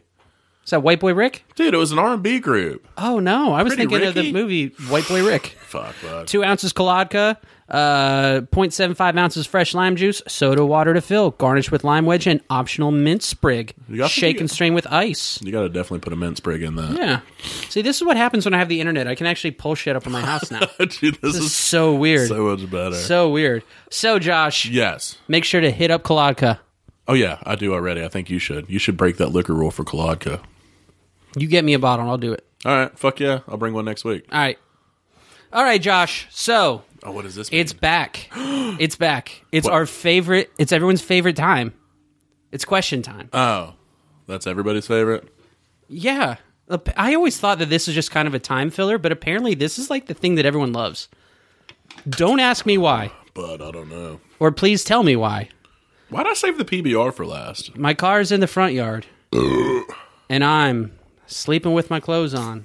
Is that White Boy Rick? Dude, it was an R&B group. Oh no, I was Pretty thinking of the Ricky. movie White Boy Rick. Fuck, bud. Two ounces Kaladka, uh, 0.75 ounces fresh lime juice, soda water to fill, garnish with lime wedge and optional mint sprig. got- Shake and strain with ice. You got to definitely put a mint sprig in that. Yeah. See, this is what happens when I have the internet. I can actually pull shit up on my house now. Dude, this, This is is so weird. so much better. So weird. So Josh, yes. make sure to hit up Kaladka. Oh yeah, I do already. I think you should. You should break that liquor rule for Kolodka. You get me a bottle and I'll do it. All right, fuck yeah, I'll bring one next week. All right. All right, Josh. So Oh, what is this? it's mean? back. it's back. It's What? our favorite. It's everyone's favorite time. It's question time. oh, that's everybody's favorite. yeah. Ap- I always thought that this was just kind of a time filler, but apparently this is like the thing that everyone loves. Don't ask me why, But I don't know. or please tell me why. Why'd I save the PBR for last? My car's in the front yard, and I'm sleeping with my clothes on.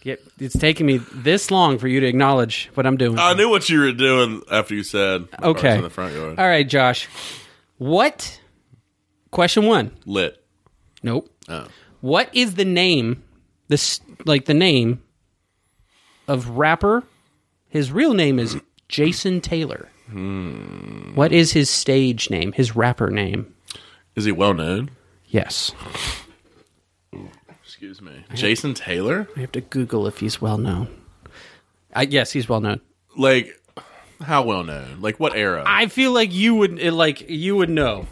Get- It's taking me this long for you to acknowledge what I'm doing. I knew what you were doing after you said. my car's Okay. In the front yard. All right, Josh. What? Question one. Lit. Nope. Oh. What is the name? This like the name of rapper. His real name is Jason Taylor. Hmm. What is his stage name? His rapper name? Is he well known? Yes. Excuse me. Jason Taylor? I have to Google if he's well known. I, yes, he's well known. Like how well known? Like what era? I feel like you would eh, like you would know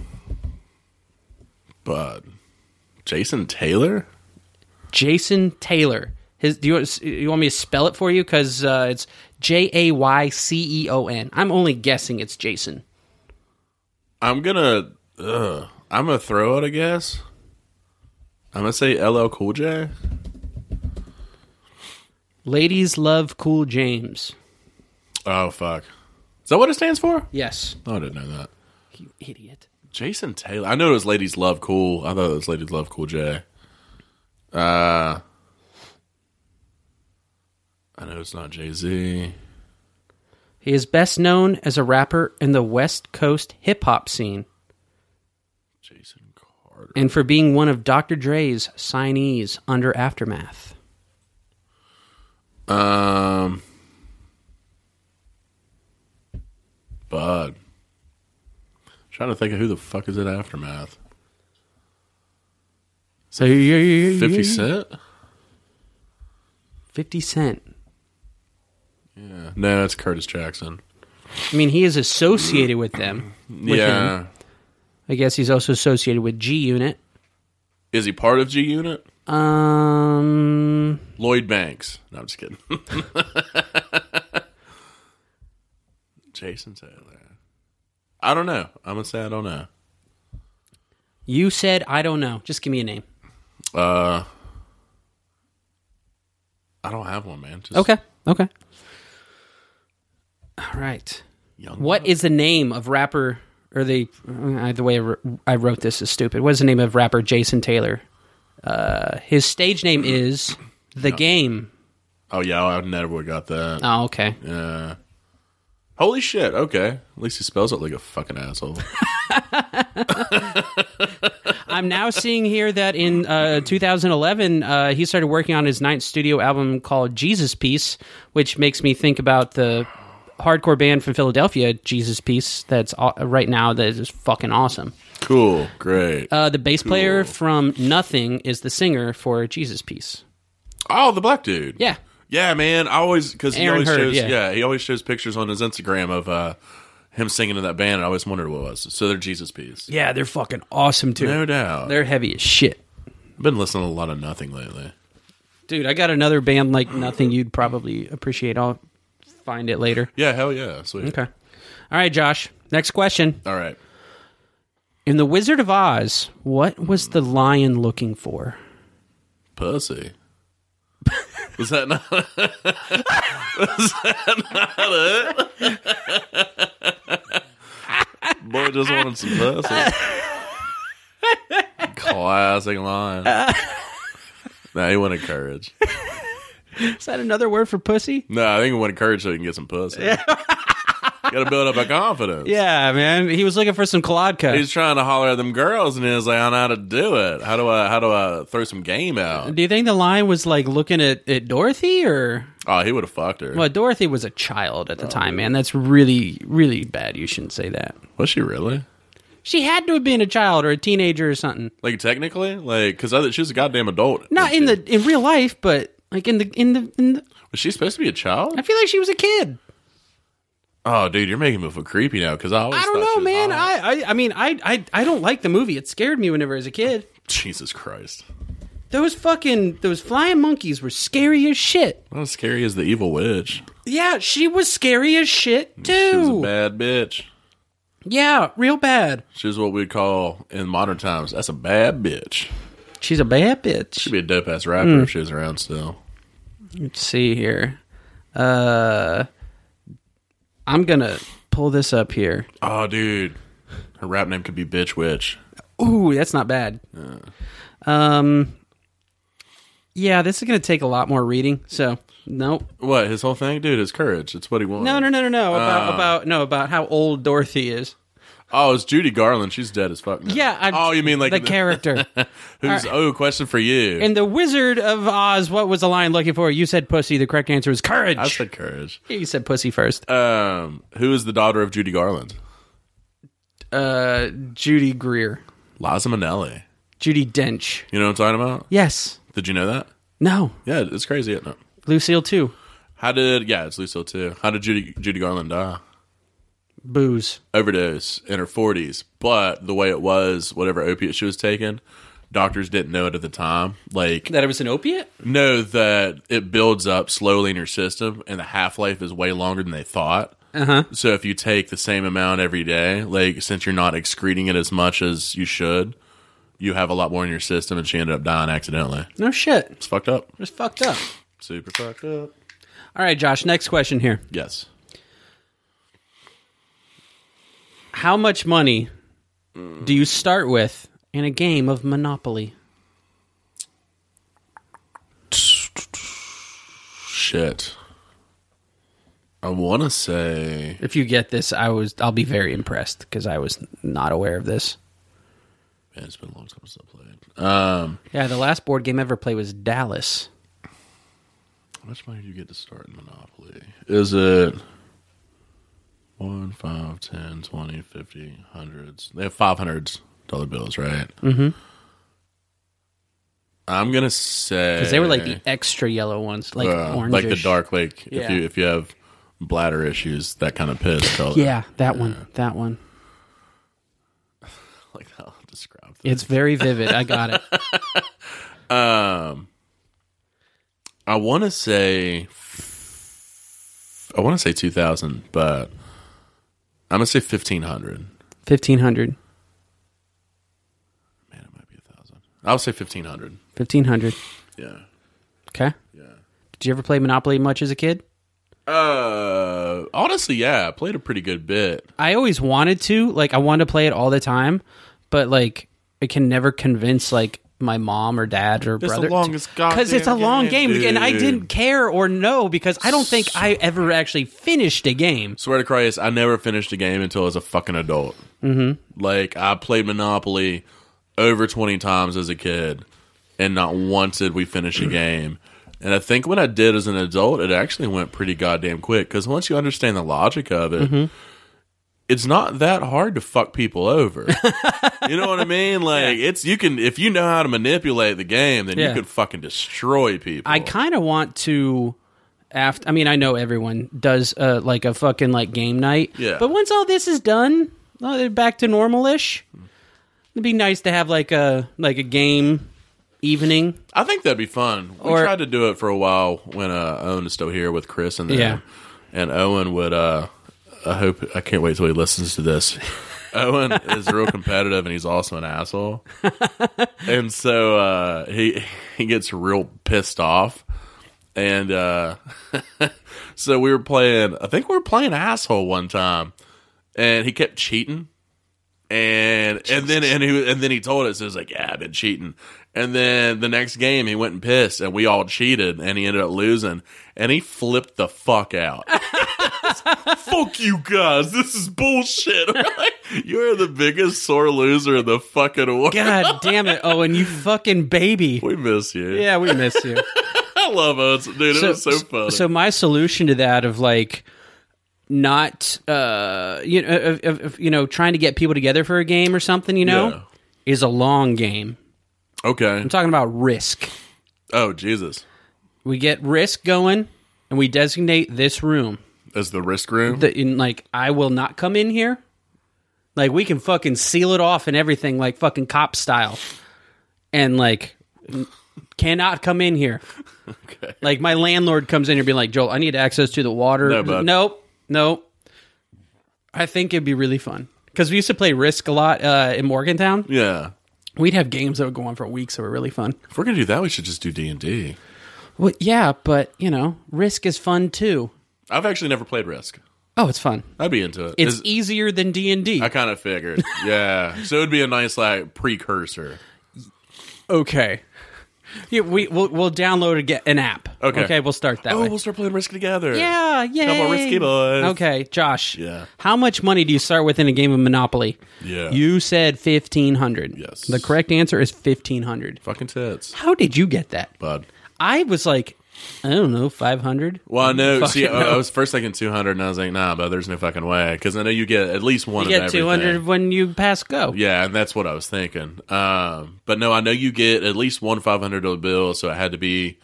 but Jason Taylor? Jason Taylor. His do you want- you want me to spell it for you because uh, it's J A Y C E O N. I'm only guessing it's Jason. I'm gonna ugh, I'm gonna throw out a guess. I'm gonna say LL Cool J. Ladies love Cool James. Oh fuck. Is that what it stands for? Yes, No, I didn't know that. you idiot. Jason Taylor. I know it was Ladies Love Cool. I thought it was Ladies Love Cool J. Uh I know it's not Jay Z. He is best known as a rapper in the West Coast hip hop scene Jason Carter. and for being one of Dr. Dre's signees under Aftermath. Um Bud. Trying to think of who the fuck is it aftermath. So yeah, yeah, yeah, Fifty Cent? 50 Cent. Yeah. No, it's Curtis Jackson. I mean, he is associated with them. With him. yeah. I guess he's also associated with G Unit. Is he part of G Unit? Um, Lloyd Banks. No, I'm just kidding. Jason Taylor. I don't know. I'm gonna say I don't know. you said I don't know. Just give me a name. Uh, I don't have one, man. Just Okay. Okay. All right. Young What is the name of rapper or the uh, the way I wr- I wrote this is stupid. What is the name of rapper Jason Taylor? Uh, his stage name is The Game. Oh yeah, I never would got that. Oh, okay. Yeah. Holy shit. Okay. At least he spells it like a fucking asshole. I'm now seeing here that in uh, 2011, uh, he started working on his ninth studio album called Jesus Piece, which makes me think about the hardcore band from Philadelphia, Jesus Piece, that's au- right now that is fucking awesome. cool. Great. Uh, the bass player Cool. from Nothing is the singer for Jesus Piece. oh, the black dude. Yeah. Yeah, man. I always because he Aaron always Hurd, shows. yeah. Yeah. he always shows pictures on his Instagram of uh, him singing to that band. And I always wondered what it was. So they're Jesus piece. Yeah, they're fucking awesome too. No doubt. They're heavy as shit. I've been listening to a lot of nothing lately. Dude, I got another band like nothing you'd probably appreciate. I'll find it later. Yeah. Hell yeah. Sweet. Okay. All right, Josh. Next question. All right. In The Wizard of Oz, what was the lion looking for? Pussy. Was that not? was that not it? Boy just wanted some pussy. Classic line. nah, he wanted courage. Is that another word for pussy? No, I think we want courage so he can get some pussy. Got to build up a confidence. Yeah, man. He was looking for some Kaladka. He's trying to holler at them girls, and he's like, "I don't know how to do it. How do I? How do I throw some game out?" Do you think the line was like looking at, at Dorothy or? Oh, he would have fucked her. Well, Dorothy was a child at the time, man. That's really, really bad. You shouldn't say that. Was she really? She had to have been a child or a teenager or something. Like technically, like because she was a goddamn adult. Not in the in real life, but like in the in the in the. Was she supposed to be a child? I feel like she was a kid. Oh, dude, you're making me feel creepy now because I always I don't thought she know, was man. hot. I, I I mean, I I I don't like the movie. It scared me whenever I was a kid. Jesus Christ, Those fucking those flying monkeys were scary as shit. not as scary as the evil witch. Yeah, she was scary as shit She was a too. bad bitch. Yeah, real bad. She's what we'd call in modern times. That's a bad bitch. She's a bad bitch. She'd be a dope ass rapper Hmm. if she was around still. Let's see here. Uh, I'm gonna pull this up here. Oh, dude, her rap name could be Bitch Witch. Ooh, that's not bad. Uh. Um, yeah, this is gonna take a lot more reading. So nope. What his whole thing, dude? His courage. It's what he wants. No, no, no, no, no. Uh. About about no about how old Dorothy is. Oh, it's Judy Garland. She's dead as fuck. Now. Yeah. I- oh, you mean like the the- character Who's? Oh, question for you. in the Wizard of Oz? What was the line looking for? You said pussy. The correct answer is courage. I said courage. you said pussy first. Um, who is the daughter of Judy Garland? Uh, Judy Greer, Liza Minnelli. Judy Dench. You know what I'm talking about? Yes. Did you know that? No. Yeah, it's crazy, isn't it? Lucille too. How did? Yeah, it's Lucille too. How did Judy Judy Garland die? Booze. overdose in her 40s, but the way it was, whatever opiate she was taking, doctors didn't know it at the time. Like, That it was an opiate? know that it builds up slowly in your system, and the half life is way longer than they thought. Uh-huh. So if you take the same amount every day, like since you're not excreting it as much as you should, you have a lot more in your system, and she ended up dying accidentally. No shit. It's fucked up. Just fucked up. Super fucked up. All right, Josh, next question here. Yes. How much money do you start with in a game of Monopoly? Shit. I want to say If you get this, I was I'll be very impressed because I was not aware of this. Man, it's been a long time since I played. Um, Yeah, the last board game I ever played was Dallas. how much money do you get to start in Monopoly? Is it 1, 5, 10, 20, 50, hundreds? They have 500 dollar bills, right? Mm-hmm. I'm going to say. Because they were like the extra yellow ones, like uh, orange. like the dark lake. If Yeah. you if you have bladder issues, that kind of piss color. Yeah, that one. That one. like how I'll describe that. It's very vivid. I got it. I want to say, I want to say 2,000, but I'm gonna say 1,500. Fifteen hundred. Man, it might be a thousand. I'll say fifteen hundred. Fifteen hundred. Yeah. Okay. Yeah. Did you ever play Monopoly much as a kid? Uh, honestly, yeah, I played a pretty good bit. I always wanted to, like I wanted to play it all the time, but like I can never convince like my mom or dad or the brother longest goddamn it's a long game game, and I dude. didn't care or know because I don't think I ever actually finished a game. Swear to Christ, I never finished a game until I was a fucking adult. Mm-hmm. Like I played Monopoly over twenty times as a kid, and not once did we finish a game. And I think when I did as an adult, it actually went pretty goddamn quick because once you understand the logic of it. Mm-hmm. It's not that hard to fuck people over. you know what I mean? Like it's you can if you know how to manipulate the game, then Yeah. you could fucking destroy people. I kind of want to after I mean I know everyone does uh, like a fucking like game night. Yeah. But once all this is done, uh, back to normalish. It'd be nice to have like a like a game evening. I think that'd be fun. We Or- tried to do it for a while when uh, Owen is still here with Chris and them. Yeah. And Owen would. Uh, I hope I can't wait till he listens to this. Owen is real competitive and he's also an asshole. and so uh, he he gets real pissed off. And uh, so we were playing. I think we were playing asshole one time, and he kept cheating and and then and he and then he told us it was like yeah I've been cheating and then the next game he went and pissed and we all cheated and he ended up losing and he flipped the fuck out fuck you guys. This is bullshit. You're the biggest sore loser in the fucking world. God damn it, Owen, you fucking baby. We miss you. Yeah, we miss you. I love us, dude. it was so funny. so my solution to that of like not uh you know of, of, of, you know trying to get people together for a game or something, you know, Yeah. is a long game. okay. I'm talking about risk. Oh Jesus, We get risk going and we designate this room. as the risk room. that in like I will not come in here. Like we can fucking seal it off and everything, like fucking cop style, and like n- cannot come in here. Okay. Like my landlord comes in here being like, Joel, I need access to the water. No, bud. nope, nope. I think it'd be really fun because we used to play Risk a lot uh, in Morgantown. yeah. We'd have games that would go on for weeks that were really fun. If we're gonna do that, we should just do D and D. Well, yeah, but you know, Risk is fun too. I've actually never played Risk. Oh, it's fun. I'd be into it. It's Is- easier than D and D. I kind of figured. Yeah. so it'd be a nice like precursor. Okay. Yeah, we we'll, we'll download a, get an app. Okay. Okay, we'll start that Oh, way. we'll start playing Risk together. yeah, yeah. Couple risky boys. Okay, Josh. Yeah. How much money do you start with in a game of Monopoly? Yeah. You said fifteen hundred. Yes. The correct answer is fifteen hundred. Fucking tits, How did you get that? bud. I was like, I don't know, five hundred. Well, I know. See, Fucking I, I no. was first thinking 200, and I was like, nah, but there's no fucking way. Because I know you get at least You one of get everything. two hundred when you pass go. Yeah, and that's what I was thinking. Um, but no, I know you get at least one five hundred dollar bill, so it had to be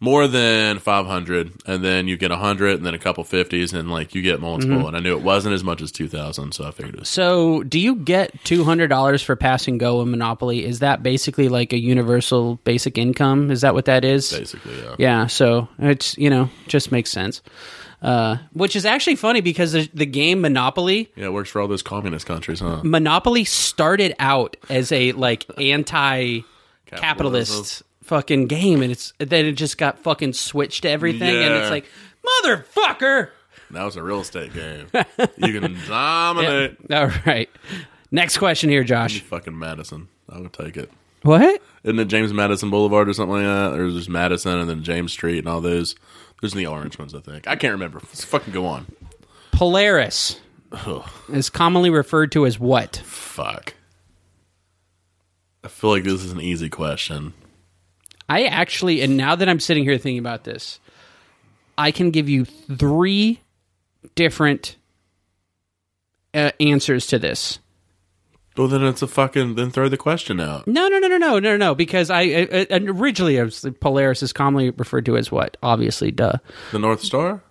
more than five hundred, and then you get a hundred, and then a couple fifties, and like you get multiple. Mm-hmm. And I knew it wasn't as much as two thousand, so I figured it was. So, do you get two hundred dollars for pass and go in Monopoly? Is that basically like a universal basic income? Is that what that is? Basically, yeah. Yeah, so it's you know just makes sense, uh, which is actually funny because the, the game Monopoly, Yeah, it works for all those communist countries, Mm-hmm. huh? Monopoly started out as a like anti-capitalist Capitalism. fucking game, and it's then it just got fucking switched to everything, and Yeah. it's like motherfucker. That was a real estate game. you can dominate. All right, next question here, Josh. Fucking Madison. I would take it. What? Isn't it James Madison Boulevard or something like that? Or there's Madison and then James Street and all those. There's the orange ones, I think. I can't remember. Let's fucking go on. Polaris is commonly referred to as what? Fuck. I feel like this is an easy question. I actually, and now that I'm sitting here thinking about this, I can give you three different uh, answers to this. Well, then it's a fucking. Then throw the question out. No, no, no, no, no, no, no. Because I, I, I and originally I was, Polaris is commonly referred to as what? Obviously, duh. The North Star?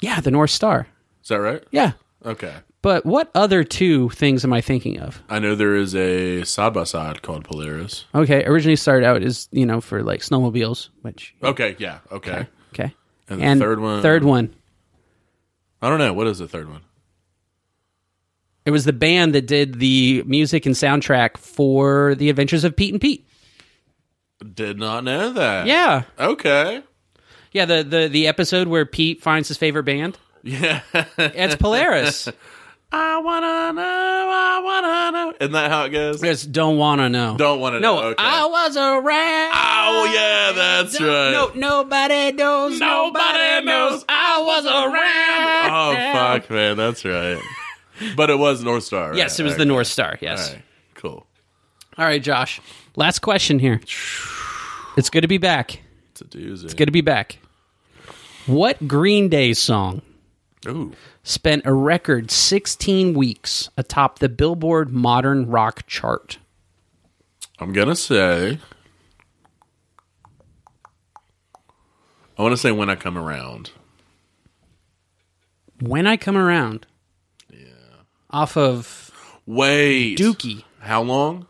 Yeah, the North Star. Is that right? Yeah, Okay. but what other two things am I thinking of? I know there is a side by side called Polaris. Okay, originally started out as you know for like snowmobiles, which Okay, yeah, okay. okay. And the third one. Third one. I don't know. What is the third one? It was the band that did the music and soundtrack for The Adventures of Pete and Pete. Did not know that. Yeah. Okay. Yeah, the the, the episode where Pete finds his favorite band. Yeah. It's Polaris. I wanna know. I wanna know. Isn't that how it goes? it's Don't Wanna Know. Don't wanna no, know. Okay. I was around. Oh yeah, that's right. No, nobody knows. Nobody knows I was around. Oh fuck, man, that's right. But it was North Star. Right? Yes, it was the North Star. Yes. All right, cool. All right, Josh. Last question here. It's good to be back. It's a doozy. Good to be back. What Green Day song Ooh, spent a record 16 weeks atop the Billboard Modern Rock chart. I'm gonna say. I want to say when I come around. When I Come Around. Yeah. Off of Wait, Dookie. How long?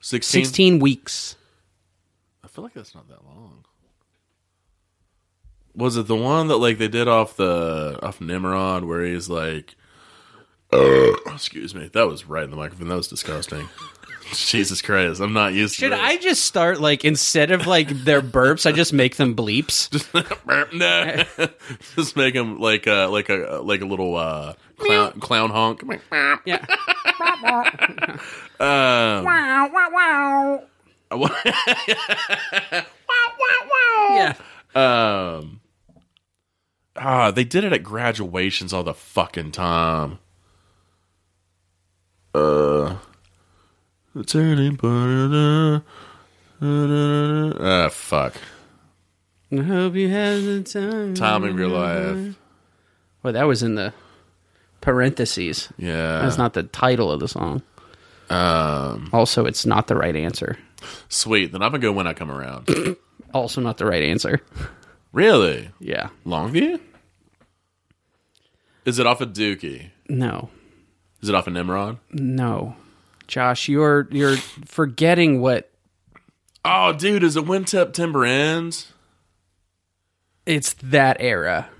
Sixteen. 16 weeks. I feel like that's not that long. Was it the one that like they did off the off Nimrod where he's like excuse me. That was right in the microphone. That was disgusting. Jesus Christ, I'm not used Should to I just start like instead of like their burps, I just make them bleeps? I no. Just make him like uh like a like a little uh clown clown honk. Yeah. Um, wow wow wow. Yeah. Um, ah, they did it at graduations all the fucking time. Uh, the turning point. Ah, fuck. I hope you have the time. Time of your life. Well, that was in the parentheses. Yeah. That's not the title of the song. Uh. Um, also, it's not the right answer. Sweet. Then I'm going to go when I come around. Also, not the right answer. really? Yeah. Longview? Is it off of Dookie? No. Is it off of Nimrod? No. Josh, you're you're forgetting what Oh, dude, is it Windtip Timber Ends? it's that era.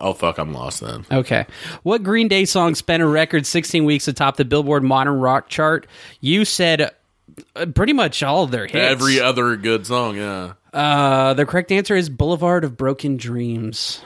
Oh, fuck, I'm lost then. Okay. What Green Day song spent a record 16 weeks atop the Billboard Modern Rock chart? You said uh, pretty much all of their hits. Every uh, other good song, yeah. uh, the correct answer is Boulevard of Broken Dreams.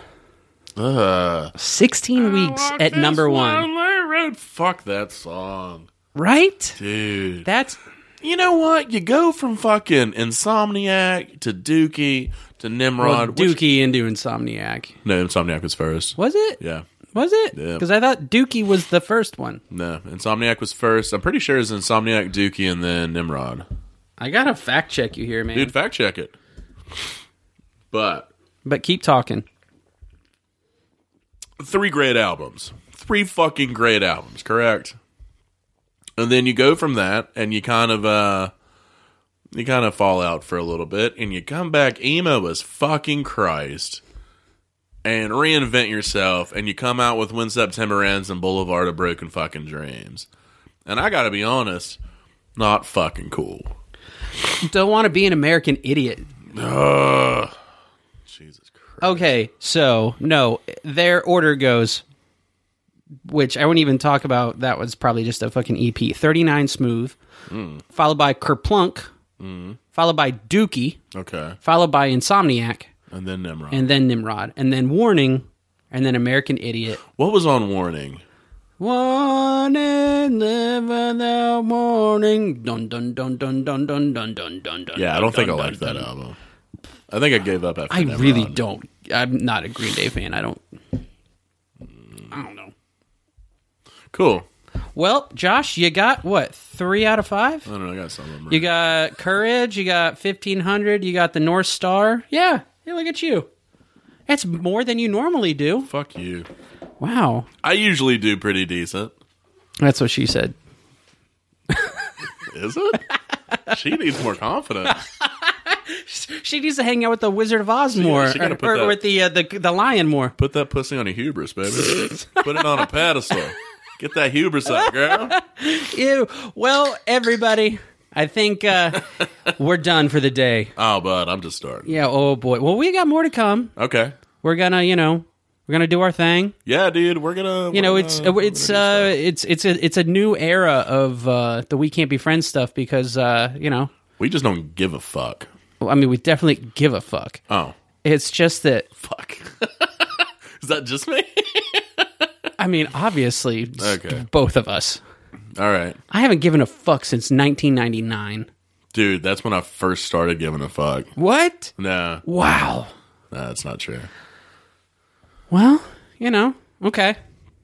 Uh, 16 weeks at number 1. Fuck that song, Right? dude. That's you know what? You go from fucking Insomniac to Dookie to well, Nimrod. Uh, which- Dookie into Insomniac. no, Insomniac was first. Was it? Yeah. Was it? Yeah. Because I thought Dookie was the first one. No, Insomniac was first. I'm pretty sure it's Insomniac, Dookie, and then Nimrod. I gotta fact check you here, man. Dude, fact check it. But But keep talking. three great albums. Three fucking great albums, correct? And then you go from that and you kind of uh you kind of fall out for a little bit and you come back emo as fucking Christ and reinvent yourself and you come out with When September Ends and Boulevard of Broken Fucking Dreams. And I gotta be honest, not fucking cool. Don't want to be an American idiot. Ugh. Jesus Christ. Okay, so no, their order goes, which I won't even talk about. That was probably just a fucking EP. Thirty nine smooth, Hmm. followed by Kerplunk, followed by Dookie, Okay. followed by Insomniac, And then Nimrod. and then Nimrod, and then Warning, and then American Idiot. what was on Warning? One and live without warning. Dun dun dun dun dun dun dun dun dun dun. Yeah, I don't think I liked that album. I think I gave up after. I Never really Mind. don't. I'm not a Green Day fan. I don't. I don't know. Cool. Well, Josh, you got what? Three out of five? I don't know. I got some of them. You got Courage, you got 1500, you got the North Star. Yeah. Hey, look at you. That's more than you normally do. Fuck you. Wow. I usually do pretty decent. That's what she said. Is it? she needs more confidence. She needs to hang out with the Wizard of Oz more, she or, gotta put or that- with the, uh, the the lion more. Put that pussy on a hubris, baby. Put it on a pedestal. Get that hubris up, girl. Ew. Well, everybody, I think uh, we're done for the day. Oh, bud, I'm just starting. Yeah. Oh boy. Well, we got more to come. Okay. We're gonna, you know, we're gonna do our thing. Yeah, dude, we're gonna. you know it's it's uh it's it's a it's a new era of uh the we can't be friends stuff because uh you know we just don't give a fuck. i mean we definitely give a fuck Oh, it's just that fuck. Is that just me? i mean obviously Okay. both of us All right, i haven't given a fuck since 1999 dude. That's when I first started giving a fuck. what No, no, wow that's not true. well you know okay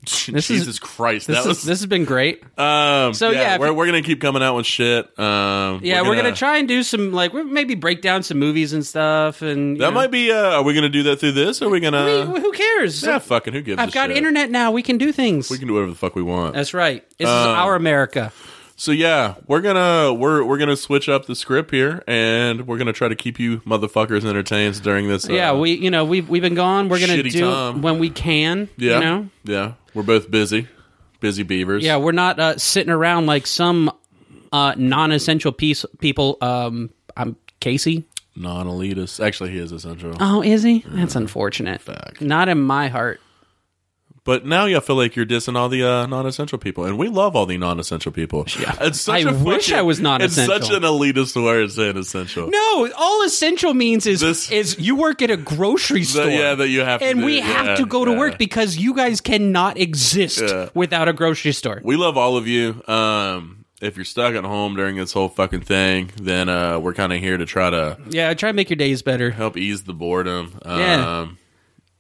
This is- Jesus Christ, this, that is, was this has been great Um, So, so yeah, yeah, if we're, you- we're gonna keep coming out with shit. Um, yeah we're gonna, try and do some like we maybe break down some movies and stuff and you know. That might be. Uh, are we gonna do that through this? Or are we Hey, gonna? who cares Yeah, fucking. Who gives? a i've got shit? internet now we can do things We can do whatever the fuck we want. that's right this Um, is our america so yeah, we're gonna we're we're gonna switch up the script here, and we're gonna try to keep you motherfuckers entertained during this. Uh, yeah, we you know we've we've been gone. We're gonna shitty do time. when we can. yeah You know. yeah. We're both busy, busy beavers. Yeah, we're not uh, sitting around like some uh, non-essential piece people. Um, I'm Casey. non-elitist. Actually, he is essential. Oh, is he? That's unfortunate. fuck. Not in my heart. But now you feel like you're dissing all the uh, non-essential people, and we love all the non-essential people. Yeah, it's such I a wish fucking- I was non-essential. It's such an elitist word saying essential. No, all essential means is This- is you work at a grocery store. yeah, that you have to and do, we yeah, have to go to yeah. work because you guys cannot exist Yeah. without a grocery store. We love all of you. Um, if you're stuck at home during this whole fucking thing, then uh, we're kind of here to try to Yeah, try to make your days better. help ease the boredom. Um, Yeah.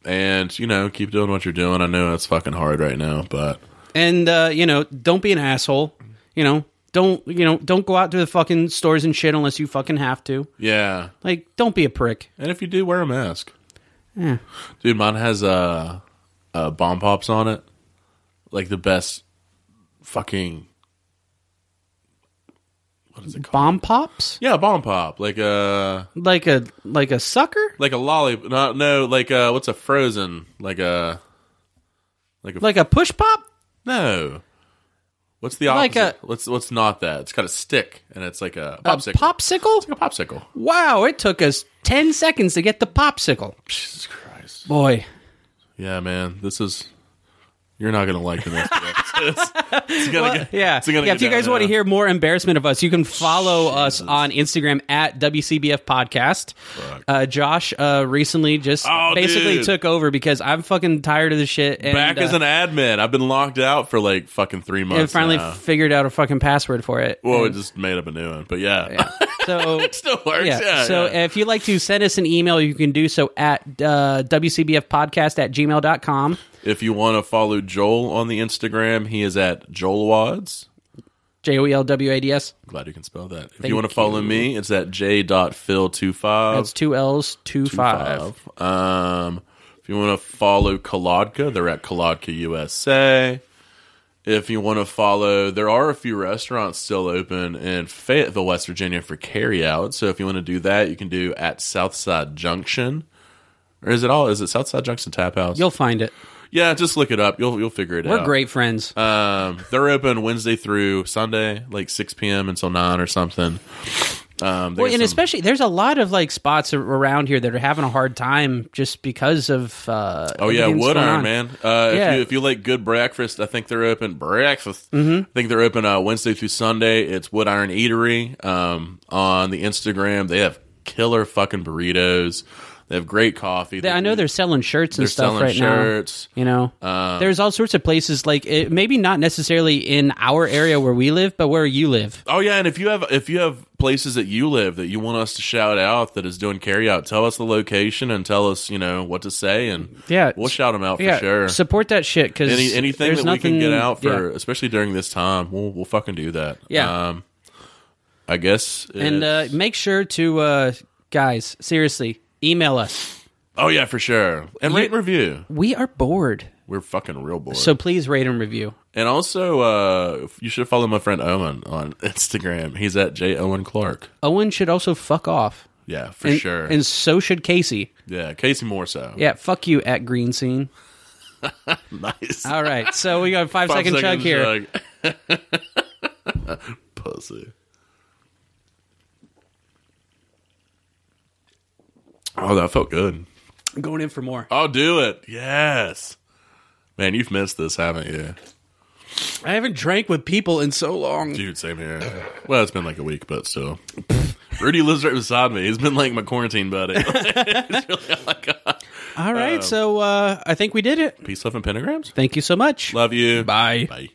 And, you know, keep doing what you're doing. I know it's fucking hard right now, but and uh, you know, don't be an asshole. You know, don't you know, don't go out to the fucking stores and shit unless you fucking have to. yeah. Like, don't be a prick. And if you do, wear a mask. Yeah. Dude, mine has uh, uh, bomb pops on it. Like the best fucking. What is it called? Bomb pops Yeah, bomb pop. Like a like a like a sucker, like a lolly. Not no. Like uh, what's a frozen? Like uh, a like a like a push pop. no. What's the Like opposite? a- what's what's not that? It's got a stick and it's like a A popsicle. popsicle? Like a popsicle. Wow, it took us 10 seconds to get the popsicle. Jesus Christ. Boy. Yeah, man. This is. You're not gonna like the next. episode. It's- it's gonna Well, get- yeah. it's gonna yeah. get If you down guys want to now. hear more embarrassment of us, you can follow us Jesus. on Instagram at WCBF Podcast. Uh, Josh uh, recently just Oh, basically dude. took over because I'm fucking tired of this shit. And, back as uh, an admin. I've been locked out for like fucking three I months. finally now. figured out a fucking password for it. well, we And just made up a new one, but yeah, so. it still works. Yeah. Yeah. so yeah. if you'd like to send us an email, you can do so at uh, WCBFpodcast at gmail.com. if you want to follow Joel on the Instagram, he is at Joel Wads. J O E L W A D S. Glad you can spell that. If Thank you want to follow you. me, it's at j.phil25. That's two L's, two, five. Um, if you want to follow Kalodka, they're at Kalodka USA. If you want to follow, there are a few restaurants still open in Fayetteville, West Virginia for carryout. So if you want to do that, you can do at Southside Junction. Or is it all? Is it Southside Junction Tap House? You'll find it. yeah, just look it up. You'll you'll figure it We're out. great friends. Um, they're open Wednesday through Sunday, like six p.m. until nine or something. Um, they Well, and got some- especially there's a lot of like spots ar- around here that are having a hard time just because of. Uh, Oh yeah, everything that's Wood going Iron on. man. Yeah. Uh, if, you, if you like good breakfast, I think they're open breakfast. Mm-hmm. I think they're open uh, Wednesday through Sunday. It's Wood Iron Eatery um, on the Instagram. They have killer fucking burritos. They have great coffee. They- I know they're selling shirts and they're stuff selling right shirts. now. You know, Um, there's all sorts of places like it, maybe not necessarily in our area where we live, but where you live. Oh yeah, and if you have if you have places that you live that you want us to shout out that is doing carryout, tell us the location and tell us you know what to say and Yeah, we'll shout them out for yeah, sure. Support that shit because Any, anything that we can get out for, Yeah. especially during this time, we'll, we'll fucking do that. Yeah. Um, I guess. And uh, it's- make sure to uh, guys seriously email us. oh yeah, for sure. And rate and review. We are bored, We're fucking real bored. so please rate and review. and also, uh, you should follow my friend Owen on Instagram. He's at J Owen Clark. Owen should also fuck off. Yeah, for and, sure. And so should Casey. yeah, Casey more so. Yeah, fuck you at Green Scene. nice. All right, so we got a five second chug here. uh, chug. Pussy. Oh, that felt good. I'm going in for more. I'll do it. Yes. Man, you've missed this, haven't you? I haven't drank with people in so long. Dude, same here. Well, it's been like a week, but still. Rudy lives right beside me. He's been like my quarantine buddy. It's really all I got. Um, All right, so uh, I think we did it. Peace, love, and pentagrams. Thank you so much. Love you. Bye. Bye.